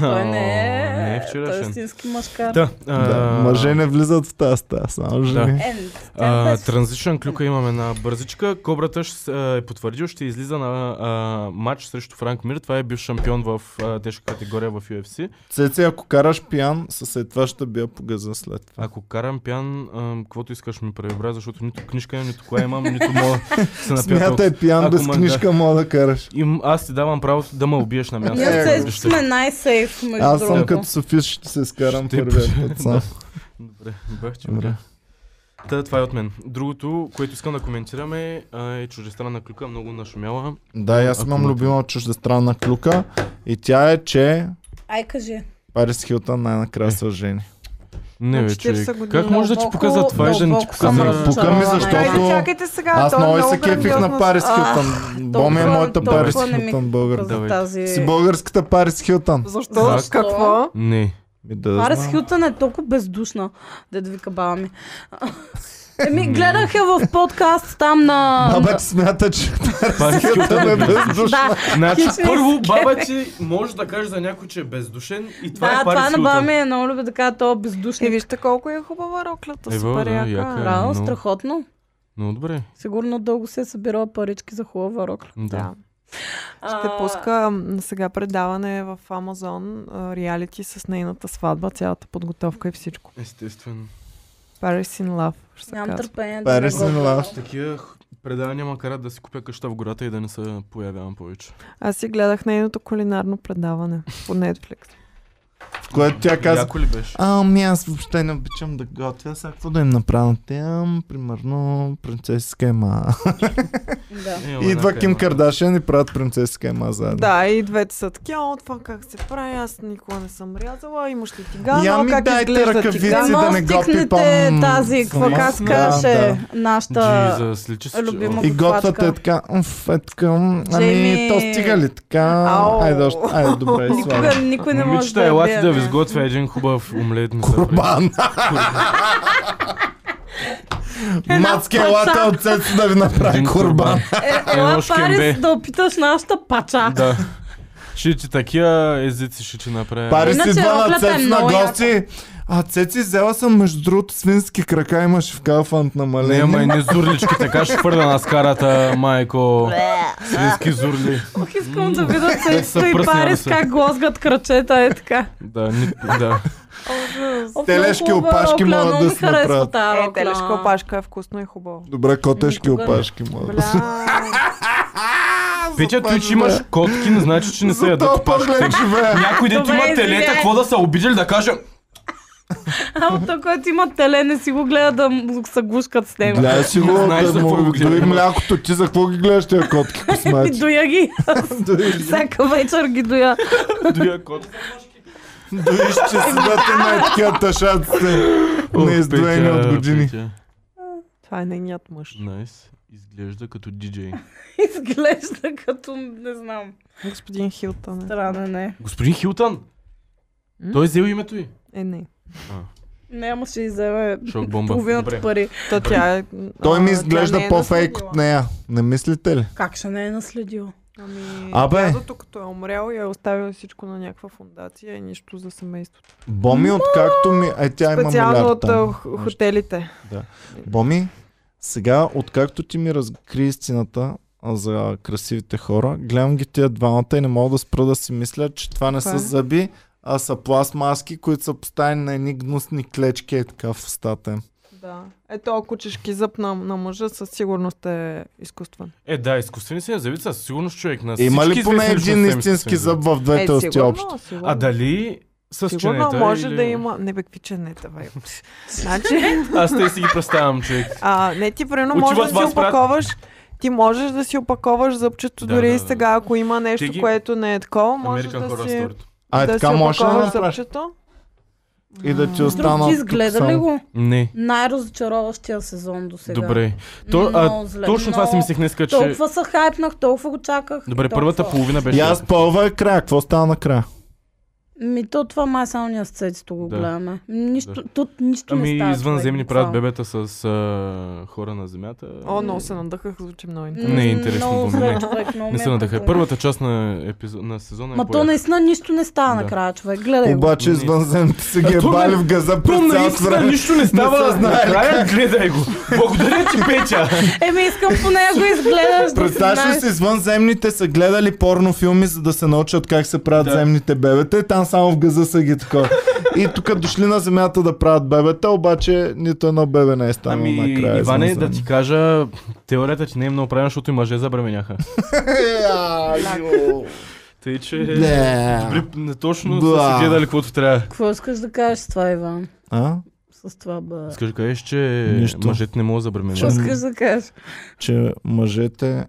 Той не е. О, Той не е е вчерашен. истински мъжкар. Да, Да, а, мъже не влизат в тази стая, само жени. Е, тя А, без- транзишън клюка имаме на бързичка. Кобрата ще, с- е потвърдил, ще излиза на а, матч срещу Франк Мир. Това е бивш шампион в а, тежка категория в UFC. Цеци, ако караш пиян, със това ще бия по газа след това. Ако карам пиян, а, каквото искаш ми пребра, защото нито книжка, нито кола имам, нито мога да се напия толкова. Смятай пиян Ако без ма- книжка, мога да караш. Им, аз ти давам правото да ме убиеш на място. Ние Е, се- Ще- сме най-сейф, между Аз съм другото. като Софис, ще се изкарам Ще първия пише, път да. сам. Добре, бах, че Добре. Добре. Та, това е от мен. Другото, което искам да коментираме а, е чуждестранна клюка, много нашумяла. Да, и аз имам Ако- любима чуждестранна клюка и тя е, че Ай, кажи. Парис Хилтън Е. най-накрая се жени. Не, На бе, 40 човек. години. Как може да ти Дълбоко- показа това и да не ти дълбоко съм показа... Ама пука ми, разочарована. защото- Айде, Айде, чакайте сега. Аз той е много и се много кефих на грандиозно. Парис А, Хилтън. Боми е толкова- моята толкова Парис не ми Хилтън българ. За Давай. тази... Си българската Парис Хилтън. Защо? Как? Какво? Не. Ми да я Парис знам. Хилтън е толкова бездушна, да да вика баба ми. Еми, гледах я в подкаст там на... Баба ти смята, че Парис Хилтън Хилтън е е без... бездушна. Да, Значи, Хич не първо, искам. баба ти може да каже за някой, че е бездушен и това да, е това Парис на Хилтън. баба ми е много люби да кажа, то И бездушник. вижте колко е хубава роклята. Ева, Супер да, яка е. яка. Браво, много. страхотно. Но добре. Сигурно дълго се е събирала парички за хубава рокля. Да. Да. Ще А, пуска м, сега предаване в Амазон, а, реалити с нейната сватба, цялата подготовка и всичко. Естествено. Paris in Love ще се Нямам казва. търпение да Парис е не го не гледам. лав. Такива х- предавания ма карат да си купя къща в гората и да не се появявам повече. Аз си гледах нейното кулинарно предаване по Netflix. В което тя каза, Яко ли беше? Ами аз въобще не обичам да готвя, сега какво да им направя на те, Ам, примерно принцеска ема. Да. Е, И идва ланака, Ким ема. Кардашен и правят принцеска ема заедно. Да, и двете са такива, о, това как се прави, аз никога не съм рязала, имаш ли тигана, Я ми как дайте изглежда ръкавици тигана? да не го стикнете пипам. тази, каква сама. как Да, да. каже е нашата... Jesus, личи си. любима И готвят готвачка. е така, «Мф, е така, м, ами Джейми- то стига ли така? Ау. Айде още, айде добре, Никога слагам. никой не може Момичета, да елате да ви бие. изготвя един хубав омлет. ми се прави. Курбан! Мацки елате от Цецо да ви направи Един курбан. Е, Ела, Едно шкембе. Парис, да опиташ нашата пача. Да. Ще ти такива езици ще ти направя. Пари си Иначе идва на роклята е Цецо на много яка. гости. А Цеци взела съм между другото свински крака имаше в кафант Не, ама и намаление. не зурлички, така ще хвърля на скарата, майко. Свински зурли. Ох, искам да видя Е, Се Цецо и пръснявам Парис се. как глозгат кръчета, е така. Да, ни, да. О, Телешки много хубава опашки рокля, могат много да се ми харесва направят. тази Е, рокля. телешка опашка е вкусно и хубаво. Добре, котешки Никога не. опашки мога да се Бля, Петя, той, че имаш котки, не значи, че не се За ядат този поглед пашки. живея. Някой дето Добре, има телета, извинявай. какво да са обидели да кажа? Ама то, който има теле, не си го гледа да му се гушкат с него. Гледай си го, Не знаеш да за му- какво го дори гледам. млякото ти, за какво ги гледаш тия котки Ми космачи? доя ги. Дори Всяка вечер ги доя. Дуя кот. дори ще си дате на такива тъшаци, неиздвоени е от години. Това е нейният мъж. Найс. Изглежда като диджей. Изглежда като, не знам, Господин Хилтън. е. странен е. Господин Хилтън! М? Той е взел името й. Е, не. Няма ще изземе Шок бомба. половината Добре. пари. То тя е... Той ми а, тя изглежда не е по-фейк наследила. от нея. Не мислите ли? Как ще не е наследил? Ами, Абе. дядото като е умрял и е оставил всичко на някаква фундация и нищо за семейството. Боми, откакто ми... Е, тя има Специално милиард от а, там. х- хотелите. Боми, сега, откакто ти ми разкри истината а, за красивите хора, гледам ги тия двамата и не мога да спра да си мисля, че това не Кое? са зъби, а са пластмаски, които са поставени на едни гнусни клечки, е така в устата им. Да. Ето, ако чешки зъб на, на мъжа със сигурност е изкуствен. Е, да, изкуствени си езици, със сигурност човек на Е, Има всички ли поне известни един личности има истински изкуствени зъб в е, двете усти сигурно, общо? сигурно. А дали с Сигурно ченета може или... да има... Не бе, какви ченета, бе. значи, Аз те си ги представям, човек. а, не ти прено Учи можеш вас да си вас, брат. опаковаш ти можеш да си опаковаш зъбчето Да, дори да, и да. сега, ако има нещо, ги- което не е такова, можеш Американ да хора си, сторито. А е да си така можеш ли да опаковаш направиш? зъбчето. И да ти остана... Друг тук ти изгледа ли само. го? Не. Най-разочароващия сезон до сега. Добре. То, а, Много зле. точно това си Много. мислех днеска, че... Толкова се хайпнах, толкова го чаках. Добре, толкова. първата половина беше... И аз пълва е края. Какво стана на края? Ми то това май само ние с цецито го Да. гледаме. Нищо, Да. тут нищо не Ами става. извънземни човек, правят буквално. бебета с а, хора на земята. О, много се надъхах, звучи много интересно. Не е интересно, Много по мен. зле, човек, много Не ме е се надъха. пъка. Първата част на, епизо... на сезона е Ма то поет. наистина нищо не става Да. накрая, човек. Гледай го. Обаче извънземните се ги е А то не- бали в газа То през цялото наистина време. нищо не Не става. се знае Накрая гледай го. Благодаря ти, Петя. Еми искам поне да го изгледаш. да си Представяш ли знаеш. си, извънземните са гледали порнофилми, за да се научат как се правят Да. земните бебета и там само в газа са ги такова. И тук дошли на земята да правят бебета, обаче нито едно бебе не е станало Ами, накрая. Иване, да извънземно. ти кажа, теорията ти не е много правилна, защото и мъже забременяха. Е, Айо. Тъй, че... Не. Добре, не точно Да. са си гледали каквото трябва. Какво искаш да кажеш с това, Иван? А? С това, бе. Скажи, кажеш, че Нищо. мъжете не могат да Какво забременяват. искаш да кажеш? Че мъжете...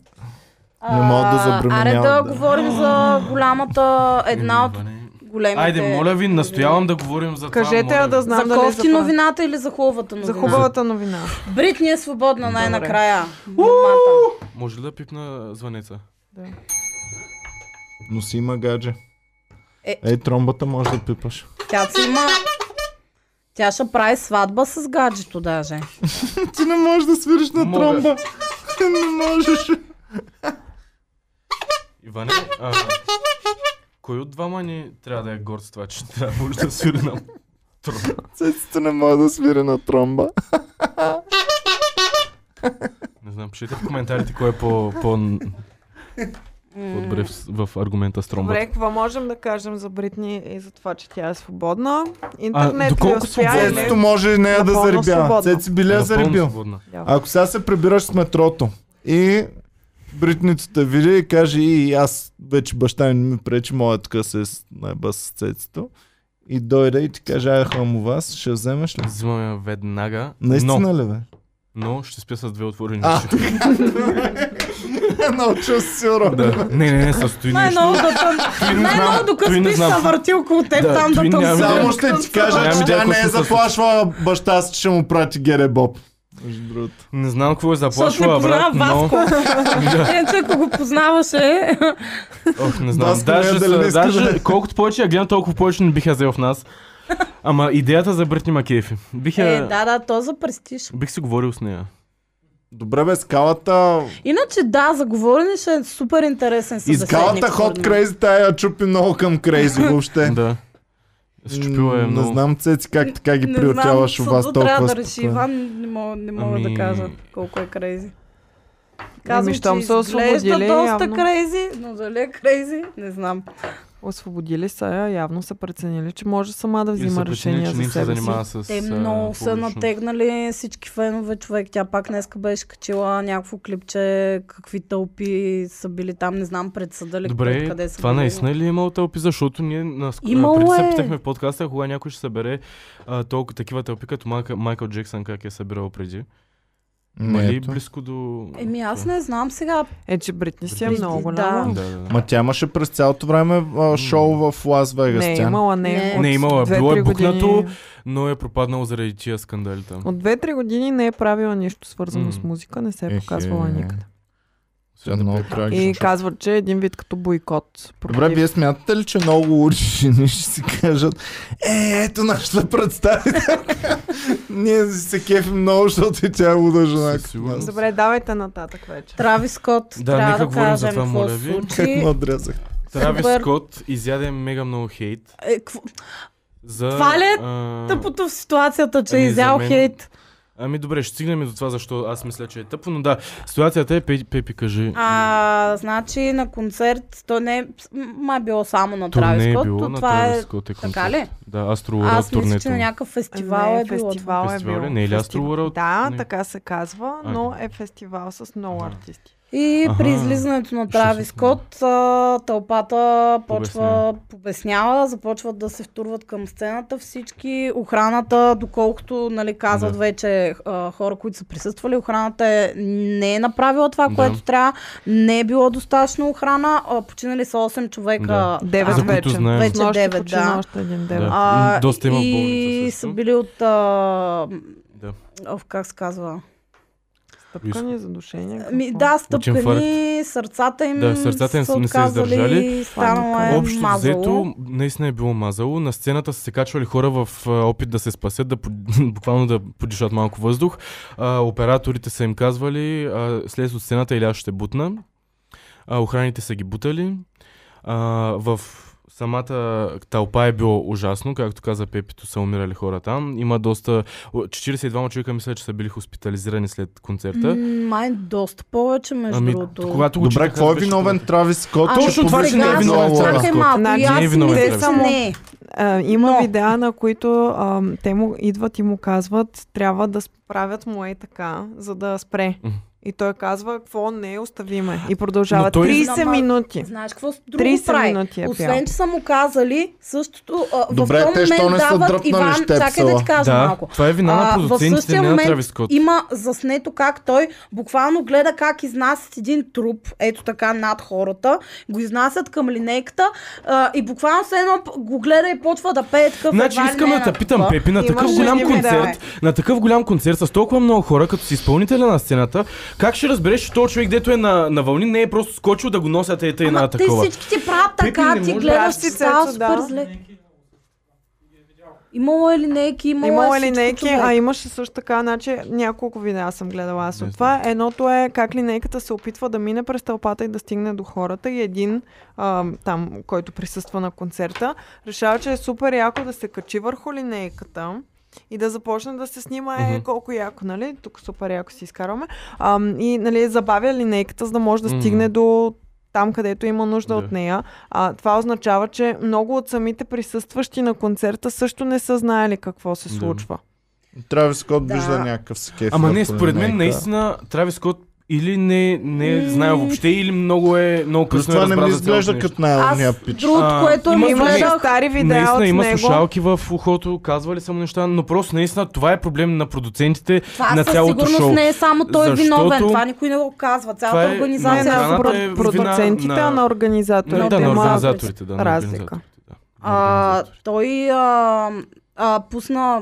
Не могат да А, забременяват, Аре да да. говорим за голямата, една от Еми, Иване. големите. Айде, моля ви, настоявам да говорим за това. Кажете моля я ви. да знам За дали е кофти това. новината или за хубавата За новина? е. хубавата новина. Бритни е свободна най-накрая. Мамата. Може ли да пипна звънеца? Но си има гадже. Е. Ей, тромбата може да пипаш. Тя си има... Тя ще прави сватба с гаджето даже. Ти не можеш да свириш на Мога. тромба. не можеш. Иване, а, кой от двама ни трябва да е горд с това, че трябва може да свири на трон? Цецата не може да свири на тромба. Не знам, пишете в коментарите кой е по... по... Добре в, в аргумента с тромбата. Добре, какво можем да кажем за Бритни и за това, че тя е свободна? Интернет е нали? ли доколко успя свободна? Цецето или... може и нея да Напълно зарибя. свободно. Цеци би ли я Напълно зарибил? свободна. Ако сега се прибираш с метрото и бритницата види и каже и аз вече баща ми не ми пречи, моя тук се с- наеба с цецето. И дойде и ти каже, ай хам у вас, ще вземеш ли? Взимам я веднага, но, Наистина ли бе? но ще спя с две отворени А, очи. Научил си урок. Да. Не, не, не, състои нещо. Най-много да тъм... Най-много докато той не спиш знам. се върти около теб Да, там той да няма- тъм. Само ще ти кажа, Ами че да, тя ако не е се случи. заплашвала баща си, че ще му прати Гере Боб. Между другото. Не знам какво е Защото не заплашвала, познава брат, но... Васко. Иначе ако го познаваше... Ох, не знам. Васко не е даже, дали не са, иска даже да- колкото повече я гледам, толкова повече не бих я взел в нас. Ама идеята за Бритни Макефи. Бих, я... Е, да, да, то за престиж. бих си говорил с нея. Добре бе, скалата... Иначе да, за говорене ще е супер интересен И събеседник. скалата според ход мен. крейзи, тая я чупи много към крейзи въобще. Да. Счупила е М, много. Не знам, Цеци, как така ги Не приотяваш у знам, вас съдът толкова трябва да реши. спокойно. Иван не мога, не мога Ами- да кажа колко е крейзи. Ами, Казвам, че щом се изглежда освободили, доста явно. крейзи, но дали е крейзи, не знам. Освободили са я, явно са преценили, че може сама да Или са взима причини, решения че не за им се себе си. занимава с... Те а, много са публично. натегнали всички фенове човек. Тя пак днеска беше качила някакво клипче, какви тълпи са били там, не знам пред съда ли, пред Добре, къде са това били. наистина ли е имало тълпи, защото ние нас... Имало преди е. се питахме в подкаста, кога някой ще събере а, толкова такива тълпи, като Майка- Майкъл Джексън, как е събирал преди. Ма ли Ето. близко до... Еми аз не знам сега. Е, че Бритни си е Бритни, много да. голяма. Да, да, да. Ма тя имаше през цялото време а, шоу в Лас Вегас. Не е тя. имала, не. Не. От Не е имала, две, било е три години- букнато. но е пропаднал заради тия скандали там. От 2-3 години не е правила нищо свързано М. с музика, не се е Ех, показвала е. никъде. Тя е много И трагична. казват, че е един вид като бойкот. Добре, против- вие смятате ли, че много уршини ще си кажат Е, ето нашата представителка. Ние се кефим много, защото и тя е луда жена. Със сигурност. като нас. Добре, давайте нататък вече. Трави Скот, Да, трябва нека да говорим за кажем това, какво моля се ви. Как случи. ме отрязах. Травис Супер. Скот изяде мега много хейт Е, какво- за... Това ли е а, Тъпото в ситуацията, че е Ами, за изял мен- хейт. Ами добре, ще стигнем и до това, защо аз мисля, че е тъпо, но да, ситуацията е, Пе- Пепи, кажи. А, значи на концерт, то не е, м- май било само на турне Трави е Скот, било то на това е... Травис Скот е Така концерт. ли? Да, Астролора Аз мисля, турнето. че на някакъв фестивал не, е било. това. фестивал е Фестивал бил. ли? Не е ли Фестивал. Astroworld? Да, Не. така се казва, А, но не. е фестивал с много артисти. И Аха. при излизането на Ще Трави се снимам. Скот а, тълпата почва, Побеснява. побеснява, започват да се втурват към сцената всички. Охраната, доколкото нали, казват Да. вече а, хора, които са присъствали, охраната е, не е направила това, Да. което трябва. Не е било достатъчно охрана. А, починали са 8 човека. Да. Девет За там. които вече. знаем. Вече С нощи девет, почина да. още един ден. Да. А, Доста има в и болница също. са били от... А, Да. Ов, как се казва? Стъпкани, задушения. Ми, какво? Ами да, Отинфаркт. стъпкани, сърцата им Да, сърцата им са не са отказали издържали. Ами, и станала е Общо мазало. взето, наистина е било мазало. На сцената са се качвали хора в а, опит да се спасят, да, под- буквално да подишат малко въздух. А, операторите са им казвали, а, слез от сцената или аз ще бутна. А, охраните са ги бутали. А, в самата тълпа е било ужасно, както каза Пепито, са умирали хора там. Има доста... о, 42 човека мисля, че са били хоспитализирани след концерта. Ами, М, Май доста повече, между другото. когато го Добре, четах, какво е беше виновен Трави Скот? А, че Точно това, че публично не е е виновен много Трави Чакай лъжа. Скот. малко, Значи, и аз не е виновен мисля, Трави че Скот. не е. А, има Но- видеа, на които а, те му идват и му казват, трябва да правят му е така, за да спре. Мгм. И той казва, какво не оставиме. И продължава Но той- 30 Ама- минути. Знаеш какво с- друго 30 прави? минути е пял. Освен, че са му казали същото, а, Добре, в този те що момент не са дават дръпнали Иван, щепсела? чакай да ти кажа Да, малко. това е вина на А, в продуцентите, същия не на момент Травис Скот. има заснето как той буквално гледа как изнасят един труп, ето така над хората, го изнасят към линейката а, и буквално се едно п- го гледа и почва да пее такъв Значи едва ли искам не да те на питам, такова. Пепи, на Имаше такъв голям време, да, е? концерт, на такъв голям концерт с толкова много хора, като си изпълнителя на сцената, как ще разбереш, че този човек, дето е на, на вълни, не е просто скочил да го носят ей тъй на Ама те такова. всички ти правят Пепи, така, не ти може- гледаш, Пращи ти става цецо, супер да. зле. Имало е линейки, имало, Имало е е всичко, линейки, човек. а имаше също така, значи няколко видеа съм гледала аз Не от това. Едното е как линейката се опитва да мине през тълпата и да стигне до хората и един а, там, който присъства на концерта, решава, че е супер яко да се качи върху линейката и да започне да се снима е Мгм. колко яко, нали? Тук супер яко си изкарваме. А, и нали, забавя линейката, за да може да Мгм. стигне до там, където има нужда Да. от нея. А, това означава, че много от самите присъстващи на концерта също не са знаели какво се Да. случва. Трави Скот Да. вижда някакъв скеф. Ама не, според мен наистина Травис Скот или не, не е знаел М. въобще, или много е много Плюс късно е това не ми разбрал за цялото изглежда нещо. като най-умния Аз пич. А, другото, което има ми Имаше Имаше гледах, стари видеа от Наистина има него. слушалки в ухото, казвали са му неща, но просто наистина това е проблем на продуцентите Това на със цялото сигурност шоу. не е само той Защото- виновен. Това никой не го казва. Това е Цялата на Не организация Цената на е про- вина продуцентите, на- а на Да, организаторите. да, на Има организаторите. Да, на разлика. организаторите, да. На А, организаторите. той а, а, пусна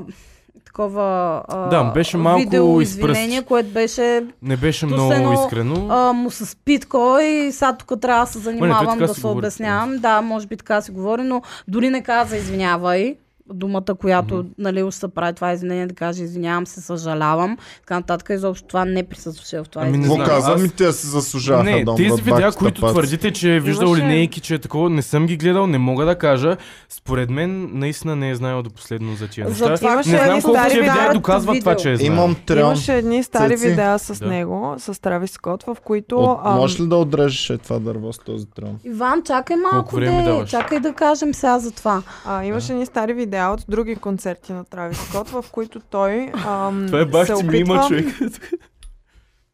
такова а, Да, беше малко видео изпръст. извинение, което беше Не беше Ту много се едно, искрено. а, му с питко и сега тук трябва да се занимавам така да се си говори, обяснявам. Да, може би така се говори, но дори не каза извинявай думата, която Мгм. mm-hmm. нали, уж се прави това извинение, да каже извинявам се, съжалявам. Така нататък изобщо това не присъстваше в това Ами не Какво извинение. знам, каза? аз- Ми те се заслужаваха. не, да тези умрат видеа, баките които паци. твърдите, че е виждал Имаше- линейки, че е такова, не съм ги гледал, не мога да кажа. Според мен, наистина не е знаел до последно за тия неща. Затова Имаше не знам едни колко стари тия видеа видеа от доказват това, видео. че е знаел. Имам трион. Имаше едни стари Цеци. видеа с Да. него, с Трави Скот, в които... От- ам, Можеш ли да отрежеш е това дърво с този трон? Иван, чакай малко, време де, даваш? чакай да кажем сега за това. А, имаше ни стари видеа от други концерти на Трави Скот, в които той ам, Това е бах се ти опитва, ми има човек.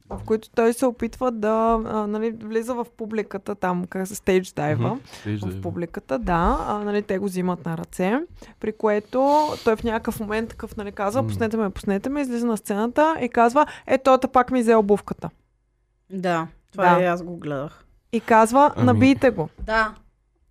в които той се опитва да а, нали, влиза в публиката там, как се стейдж дайва. Мгм. Вижда, в да. публиката, да. А, нали, те го взимат на ръце, при което той в някакъв момент такъв нали, казва, М. пуснете ме, пуснете ме, излиза на сцената и казва, е, той пак ми взе обувката. Да, това е, и аз го гледах. И казва, Ами. набийте го. Да.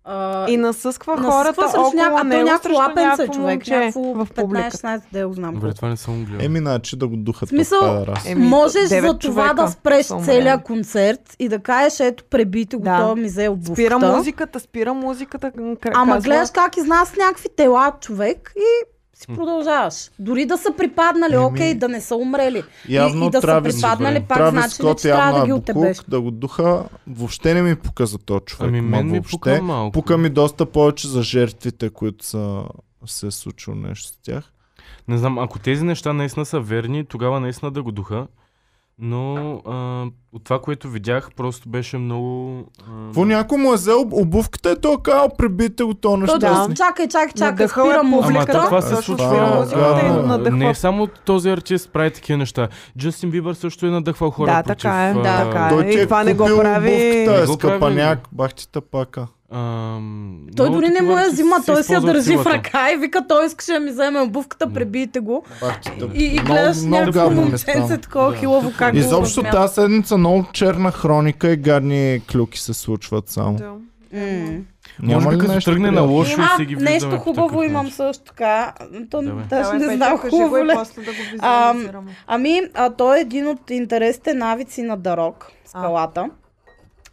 А, И насъсква насъсква хората срещу около ня- а то него, някакво срещу лапенце, някакво човек, момче някакво в 15 публиката. 16 да го знам. Добре, колко. това не съм го гледал. Еми, значи да го духат. Смисъл, е, пък пидорас. Еми, Можеш девет за това човека да спреш са умрели. целия концерт и да кажеш, ето, пребите го, Да. той ми взе обувката. Спира музиката, спира музиката. м, кра- Ама казва, гледаш как изнася някакви тела човек и си продължаваш. Дори да са припаднали, Еми, окей, да не са умрели. Явно и, и да Травис- са припаднали, Добре. пак Трави значи, ли, Скот че трябва явно да е ги отебеш. буклук, да го духа. Въобще не ми пука за този човек. Ами ма мен ми въобще. пука малко. Пука ми доста повече за жертвите, които са се е случило нещо с тях. Не знам, ако тези неща наистина са верни, тогава наистина да го духа. Но а, от това, което видях, просто беше много... а, Какво някой му е взел обувката и той е казал, пребите го то То, неща. да. да. Чакай, чакай, чакай, Надъхал е спира Ама публиката. музиката. то това се Всъщност случва. това е музиката и а, надъхва. Не само този артист прави такива неща. Джастин Бибър също е надъхвал хора Да, против... така е, а, да, така е. Той и ти е това не го купил прави- обувката, Не е го прави. скъпаняк, бах ти тъпака. Ам, Той много дори не такива му я артисти взима, той си я използват държи в силата. ръка и вика, той искаше да ми вземе обувката, Да. пребийте го. Бах ти тъпака. И, и Много- гледаш много някакво гадно ми е момченце стана. такова Да. хилаво как го Изобщо размята. тази седмица много черна хроника и гадни клюки се случват само. Да. М. Няма Може би ли като нещо? тръгне на приятно? лошо и Има си ги виждаме. нещо по хубаво такъв имам начин. също така. То Давай. даже не Давай, знам Петя, кажи го хубаво и ли. е. после да го Ам, визуализираме. Ами, а, той е един от интересите навици на Дарок, скалата.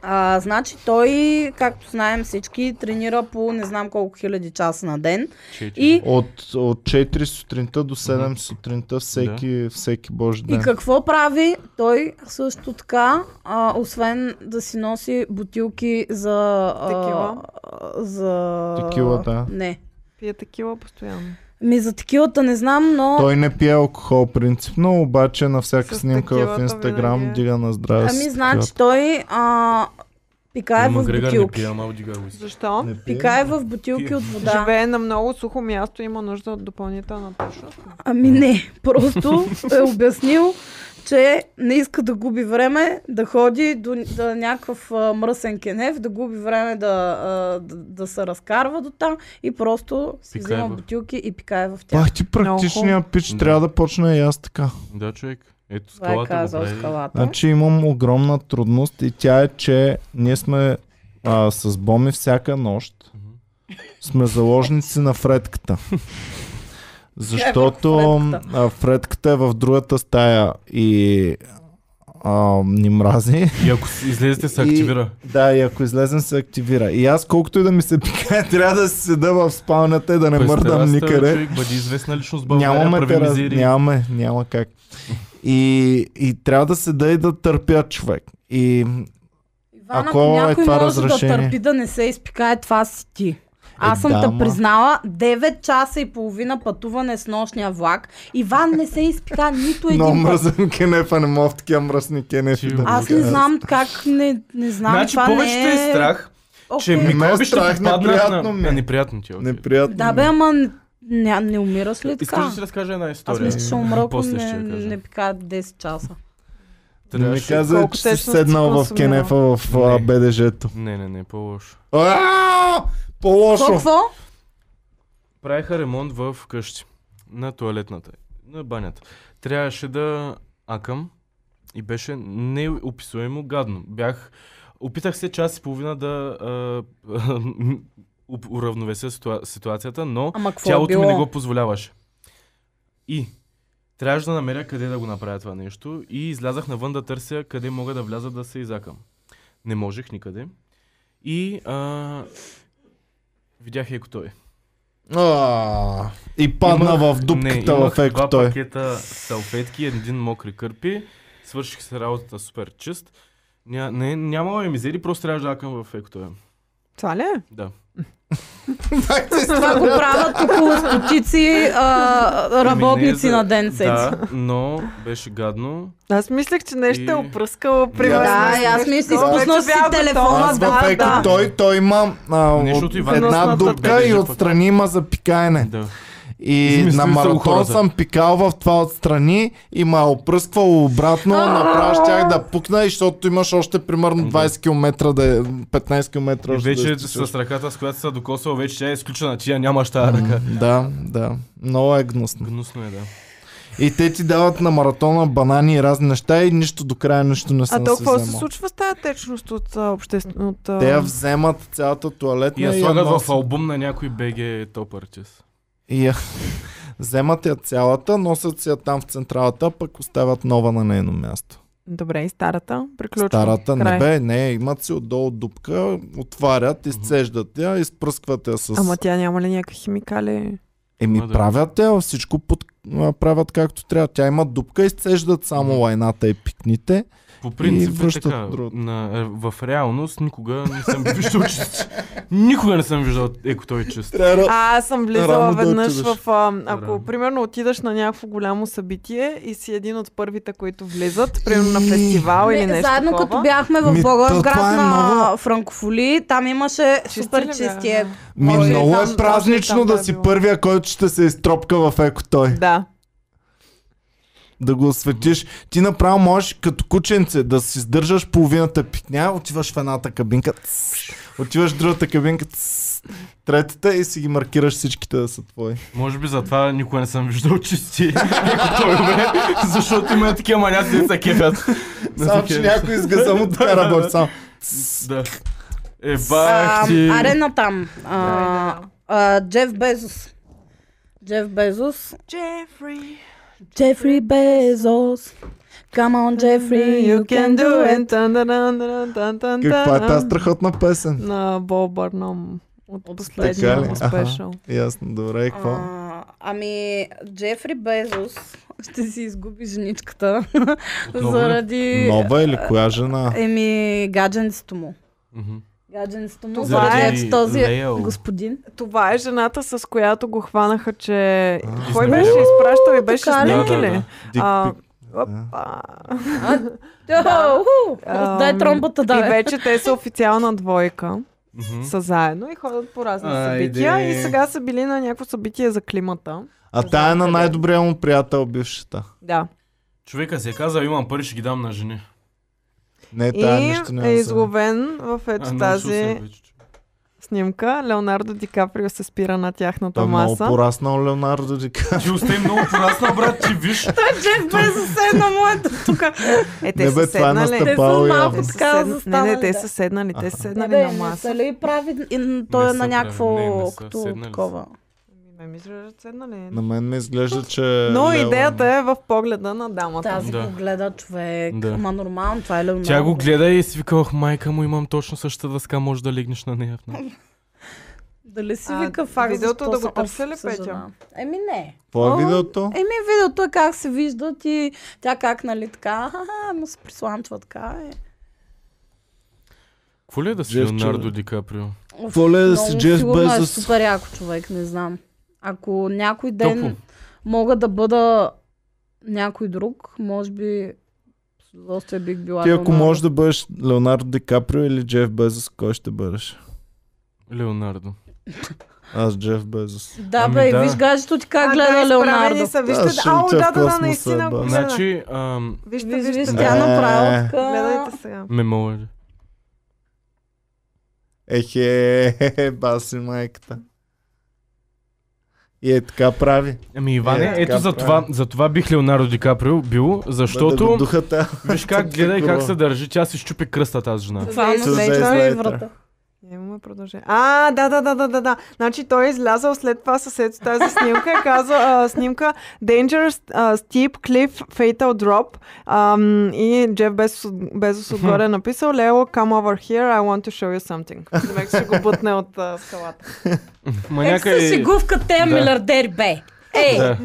А, значи той, както знаем всички, тренира по не знам колко хиляди часа на ден. Четири. И, От, от 4 сутринта до 7 сутринта всеки, всеки божи и ден. какво прави? Той също така, а, освен да си носи бутилки за... а, Текила? а, за... Текила, да. Не. Пия такива постоянно. Ми за текилата не знам, но... е Той не пие алкохол принципно, обаче на всяка С снимка текилата в Инстаграм винаги е. дига на здраве. с Ами, текилата. значи той а, пикае Ама в Грегор не бутилки. пие, ама дига го си. Защо? Не пие. Пикае в бутилки от вода. Живее на много сухо място, има нужда от допълнителна тъщност. Ами не, просто е обяснил, че не иска да губи време да ходи до, до някакъв а, мръсен кенев, да губи време да, а, да, да се разкарва до там и просто си Пикае взима в- бутилки и пикае в тях. Пах ти практичния пич, Да. трябва да почна и аз така. Да, човек. Ето Това е скалата го казал прави. скалата. Значи имам огромна трудност и тя е, че ние сме а, с Боми всяка нощ. Сме заложници на Фредката. Защото а, Фредката е в другата стая и а, ни мрази. И ако си излезете, се активира. И, да, и ако излезем се активира. И аз колкото и да ми се пикае, трябва да си седа в спалнята и да не През мърдам терасата, никъде. Човек, бъди известна личност в България, Нямаме прави терас, мизерии. нямаме, няма как. И, и трябва да седа и да търпя човек. И Иван, ако, Ако е някой това може разрешение. Е, да търпи да не се изпикае, това си ти. Аз съм да, те ма. признала 9 часа и половина пътуване с нощния влак. Иван не се изпика нито много един път. мръзен кенеф, а не мога в такива мръсни кенефи. Ти, Да Аз не бягам. знам как, не, не знам. Значи това повечето не е страх, че Окей. ми- микроби ще е страх, попаднат неприятно на... ми е. на неприятно ти. е, окей. Неприятно. Да бе, ама не, не, не умираш ли Искаш Нали така? да си разкажа една история? Аз мисля, че ще умра, ако После не, ще я кажа. не пикаят 10 часа. Да не ми Трябваше- каза, Колко че си течност седнал в консумирал. кенефа в а, Не. БДЖ-то. Не, не, не, по-лошо. А, По-лошо. Какво? Правиха ремонт в къщи. На туалетната. На банята. Трябваше да акам и беше неописуемо гадно. Бях... Опитах се час и половина да а, уп- уравновеся ситуа- ситуацията, но Ама какво е тялото ми не било? го позволяваше. И трябваше да намеря къде да го направя това нещо и излязах навън да търся къде мога да вляза да се изакам. Не можех никъде. И а, видях еко той. А, И падна Имах- в не, дупката имах в еко два той. пакета салфетки, един мокри кърпи. Свърших се работата супер чист. Ня, не, нямало е мизери, просто трябваше да акам в еко той. Това ли е? Да. Ами Това го правят около стотици а, работници Ами не е за- на ден сети. Да, но беше гадно. Аз мислех, че нещо И- е опръскала при Да, вас. Да, и аз ми си Вече изпуснал си бях телефона, Аз в да, еко да. той, той има а, Нещо от от Иван една Костов. дупка БДЖ и пък. отстрани има за пикаене. Да. И Измислили на са го маратон хората. съм пикал в това отстрани и ме е опръсквало обратно, направо щях да пукна, и защото имаш още примерно 20 км, да е, 15 км. И още да вече изтичаш. с ръката, с която се докосвал, вече тя е изключена. Тия нямаш тази ръка. Да, да. Много е гнусно. Гнусно е, да. И те ти дават на маратона банани и разни неща и нищо до края нищо не съм А то какво се се вземал. случва с тази течност от а, обществено... От, а, Те я вземат цялата туалетна И я слагат в носят. албум на някой BG топ артист. И я... Вземат я цялата, носят си я там в централата, пък оставят нова на нейно място. Добре, и старата. Приключва. Старата не Край. бе, не, имат си отдолу дупка, отварят, изцеждат я, изпръскват я с... Ама тя няма ли някакви химикали? Еми Ма да. правят я, всичко под... а, правят както трябва. Тя има дупка, изцеждат само Мгм. лайната и пикните. По принцип, е връщат така, другото. на, в реалност никога не съм виждал чист. Никога не съм виждал еко той чист. Трябва да... А, аз съм влизала Рано да веднъж отидеш. в... А, ако, Рано. примерно, отидеш на някакво голямо събитие и си един от първите, които влизат, примерно на фестивал или Не, Ами, нещо Ами, Заедно такова. като бяхме в Ми, то това Благоевград е на много- Франкофоли, там имаше Чисти супер ли бяха? чисти еко. Ми Може и много там- е може и празнично там да да е си било. първия, който ще се изтропка в еко той. Да. да го осветиш. Ти направо можеш като кученце да си сдържаш половината пикня, отиваш в едната кабинка, тс, отиваш в другата кабинка, тс, третата и си ги маркираш всичките да са твои. Може би затова никога не съм виждал чисти еко той, бе, защото има такива маняци, не са кефят. Не са Само, че кефят. някой изгъза му така Да, да, работи. да. Само. Да. Е, бах ти. арена там. А, Да, да. а, Джеф Безос. Джеф Безос. Джефри. Джефри Безос. Come on, Jeffrey, you can do it. it. Каква е тази страхотна песен? На Боб Бърнам. От От последния му Аха. спешъл. Ясно, добре, и какво? А, ами, Джефри Безос ще си изгуби женичката Отново ли? заради... Нова или коя жена? Еми, гадженцето му. Мгм. Гадженцето му, Това е заради този Лео. господин. Това е жената, с която го хванаха, че... Кой Изневерил. беше изпращал и беше така ли? снимки Да, да, ли? да. Дик А, пик. Опа. Да. Уху! Ам, Дай тромбата, да. И бе. вече те са официална двойка. Мгм. Са заедно и ходят по разни Айде. събития. И сега са били на някакво събитие за климата. А тая е на най-добрия му приятел, бившата. Да. Човека се е казал, имам пари, ще ги дам на жени. Не, тая И нищо няма е да се- изловен в А, ето научил Е, се тази вече. снимка. Леонардо Ди Каприо се спира на тяхната Той е много маса. пораснал Леонардо Ди Каприо. Ти остай много порасна, брат, ти виж. Джеф Безос е на моето тук. Е, Не те бе, са това е на седнали. стъп- Те са Пал, малко явно. Те са така седна- Не, не, те застанали. са седнали. Те са да. седнали Бе, на не маса. са ли прави? И Той е Не на са прави, не, някакво не са, като седнали са. такова. Не мисля, че седнали. На мен ми изглежда, че... Но Лео- идеята е в погледа на дамата. Тази Да. го гледа човек. Да. Ма нормално, това е Леонардо. Тя го гледа и си виках, майка му, имам точно същата дъска, може да легнеш на нея. Дали си А, вика факт видеото защо да го са търся ли, оф с Петя? жена? Еми не. Какво О, е видеото? Еми видеото е как се виждат и тя как нали така, ха-ха, му се присламчва така. Е. Какво ли е да си Джеф Леонардо Чура. Ди Каприо? Оф, Какво ли е да много си Джеф сигурно е Безос? супер яко човек, не знам. Ако някой ден Топло. мога да бъда някой друг, може би с удоволствие бих била Ти ако е Леонардо. можеш да бъдеш Леонардо Ди Каприо или Джеф Безос, кой ще бъдеш? Леонардо. Аз Джеф Безос. Да Ами бе, да. и виж гаджето ти как А, гледа да, изправени Леонардо. Са, вижте, Да, ще да, ау, летя да, в да, да, космоса, ба. наистина. гледа. Значи, вижте, Виж, виж, вижте. тя Е. направо така. Гледайте сега. мемо е. Ехе, баси майката. И е така прави. Ами Е, Иване, така ето за това, прави. за това бих Леонардо Ди Каприо бил, Да го защото духата. виж как гледа и как Фигурова. се държи, тя си щупи кръста тази жена. Е, Буквално Two days след това и later. врата. Имаме продължение. А, да, да, да, да, да, да. Значи той е излязъл след това с ето тази снимка и казва а, снимка Danger, а, Steep, Cliff, Fatal Drop ам, и Джеф Безос, Безос отгоре е написал Лео, come over here, I want to show you something. Човек ще го бутне от а, скалата. Ма Ек се някъде... шегувка Е, те Да. милиардери бе. Ей, Да.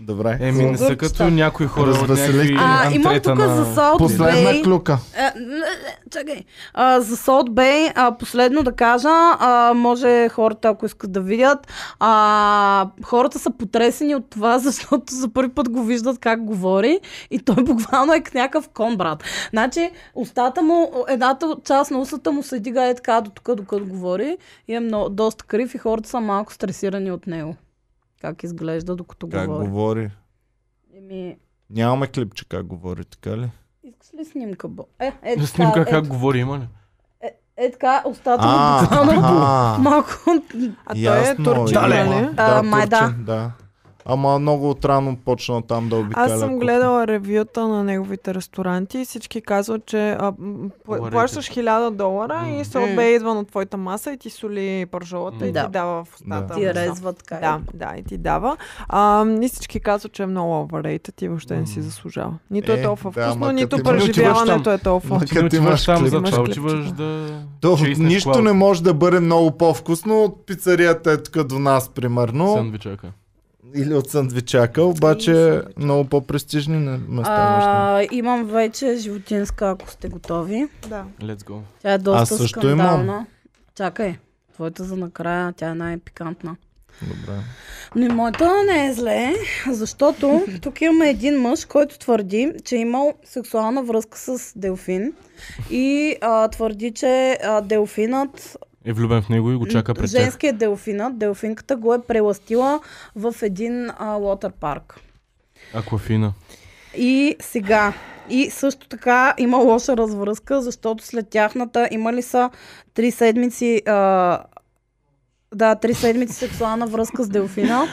Добре. Еми, не са като някои хора от Развеселихте някакви ме. А, имам антрета тук на... за Salt Последна Bay. клюка. А, Е, не, не, Чакай. А, за Salt Bay, а, последно да кажа, а, може хората, ако искат да видят, а, хората са потресени от това, защото за първи път го виждат как говори и той буквално е к- някакъв кон, брат. Значи, устата му, едната част на устата му се дига е така до тук, докато говори и е много, доста крив и хората са малко стресирани от него. Как изглежда, докато Как говори. говори? Еми, Нямаме клипче как говори, така ли? Искаш ли снимка, Бо? Е, е, така, Снимка е, как говори, има ли? е, така, остата А, му буквално а, малко... е А ясно, той е турчин, има. нали? А, Да, май да. турчин, да. Ама много отрано почна там да обикаля. Аз съм кухня. гледала ревюта на неговите ресторанти и всички казват, че а, м, пла- Говорите. плащаш 1000 долара М. и М. се бе идва на твоята маса и ти соли пържолата и Да. ти дава в устата. Ти месо. резва така. е. Да, Е, да, и ти дава. А, и всички казват, че е много overrated и въобще не си М. заслужава. Нито Е, е толкова да, вкусно, ма нито като ти не отиваш преживяването е толкова. Ма Ти не като отиваш имаш там клип. за Имаш това, клипче. отиваш да... То, чейснеш нищо клауд. не може да бъде много по-вкусно от пицарията е тук до нас, примерно. Сандвичака. Или от сандвичака, И обаче сандвичака. много по-престижни на- места. може да има. А, имам вече животинска, ако сте готови. Да. Let's go. Тя е доста Аз също имам. скандална. Чакай, твоята за накрая, тя е най-пикантна. Добре. Но и моята не е зле, защото тук имаме един мъж, който твърди, че е имал сексуална връзка с Делфин и а, твърди, че а, Делфинът Е влюбен в него и го чака пред тях. Женският делфинът, делфинката го е преластила в един а, лотър парк. Аквафина. И сега. И също така има лоша развръзка, защото след тяхната имали са три седмици а, да, три седмици сексуална връзка с Делфина.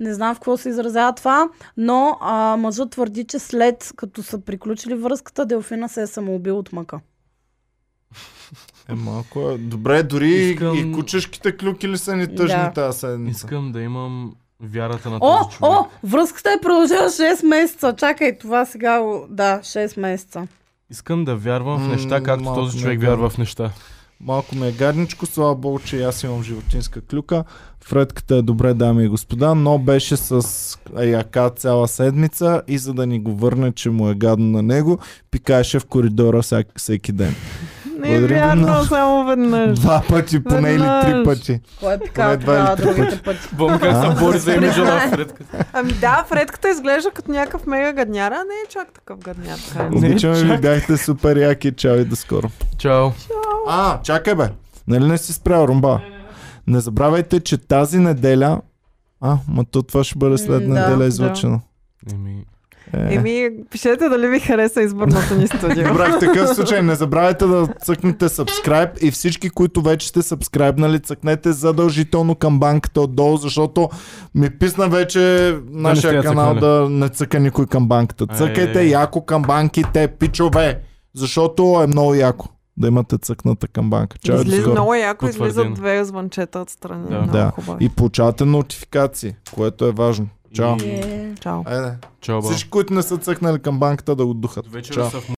Не знам в какво се изразява това, но а, мъжът твърди, че след като са приключили връзката, Делфина се е самоубил от мъка. Е, малко е. Добре, дори Искам- Искам... и кучешките клюки ли са ни тъжни Да. да. тази седмица? Искам да имам вярата на О, този човек. о, връзката е продължила 6 месеца. Чакай, това сега, го- да, 6 месеца. Искам да вярвам в М, неща, както малко този ми е човек гадно. вярва в неща. Малко ми е гадничко, слава богу, че и аз имам животинска клюка. Фредката е добре, дами и господа, но беше с яка цяла седмица и за да ни го върне, че му е гадно на него, пикаеше в коридора всяк, всеки ден. Не е Благодаря ви вярно, много. само веднъж. Два пъти, поне или три Веднъж. пъти. Кой е пикал Поне два или тогава три другите пъти? Бом как се бори за имиджа на Фредката. Ами да, Фредката изглежда като някакъв мега гадняра, а не е чак такъв гадняр. така е. Не, Обичаме ви, чак. бяхте супер яки, чао и до скоро. Чао. А, чакай бе. Нали не си спрял румба? Не забравяйте, че тази неделя... А, ма то това ще бъде след М, да, неделя да. излъчено. Еми, Е. Еми, пишете дали ви хареса изборното ни студио. Добре, в такъв случай не забравяйте да цъкнете subscribe и всички, които вече сте сабскрайбнали, цъкнете задължително към банката отдолу, защото ми писна вече нашия Нали я канал цъкнали. Е. да не цъка никой към банката. Ай, Цъкайте ай, ай. яко към банките, пичове, защото е много яко да имате цъкната към банка. Чао, до Излиза, скоро. много яко излизат Потвърдено. две звънчета отстрани. Да. Много Да. хубаво. И получавате нотификации, което е важно. Чао. И- Е. Чао. Айде. чао, бао. Всички, които не са цъкнали към банката, да го духат. Вечера Чао. са в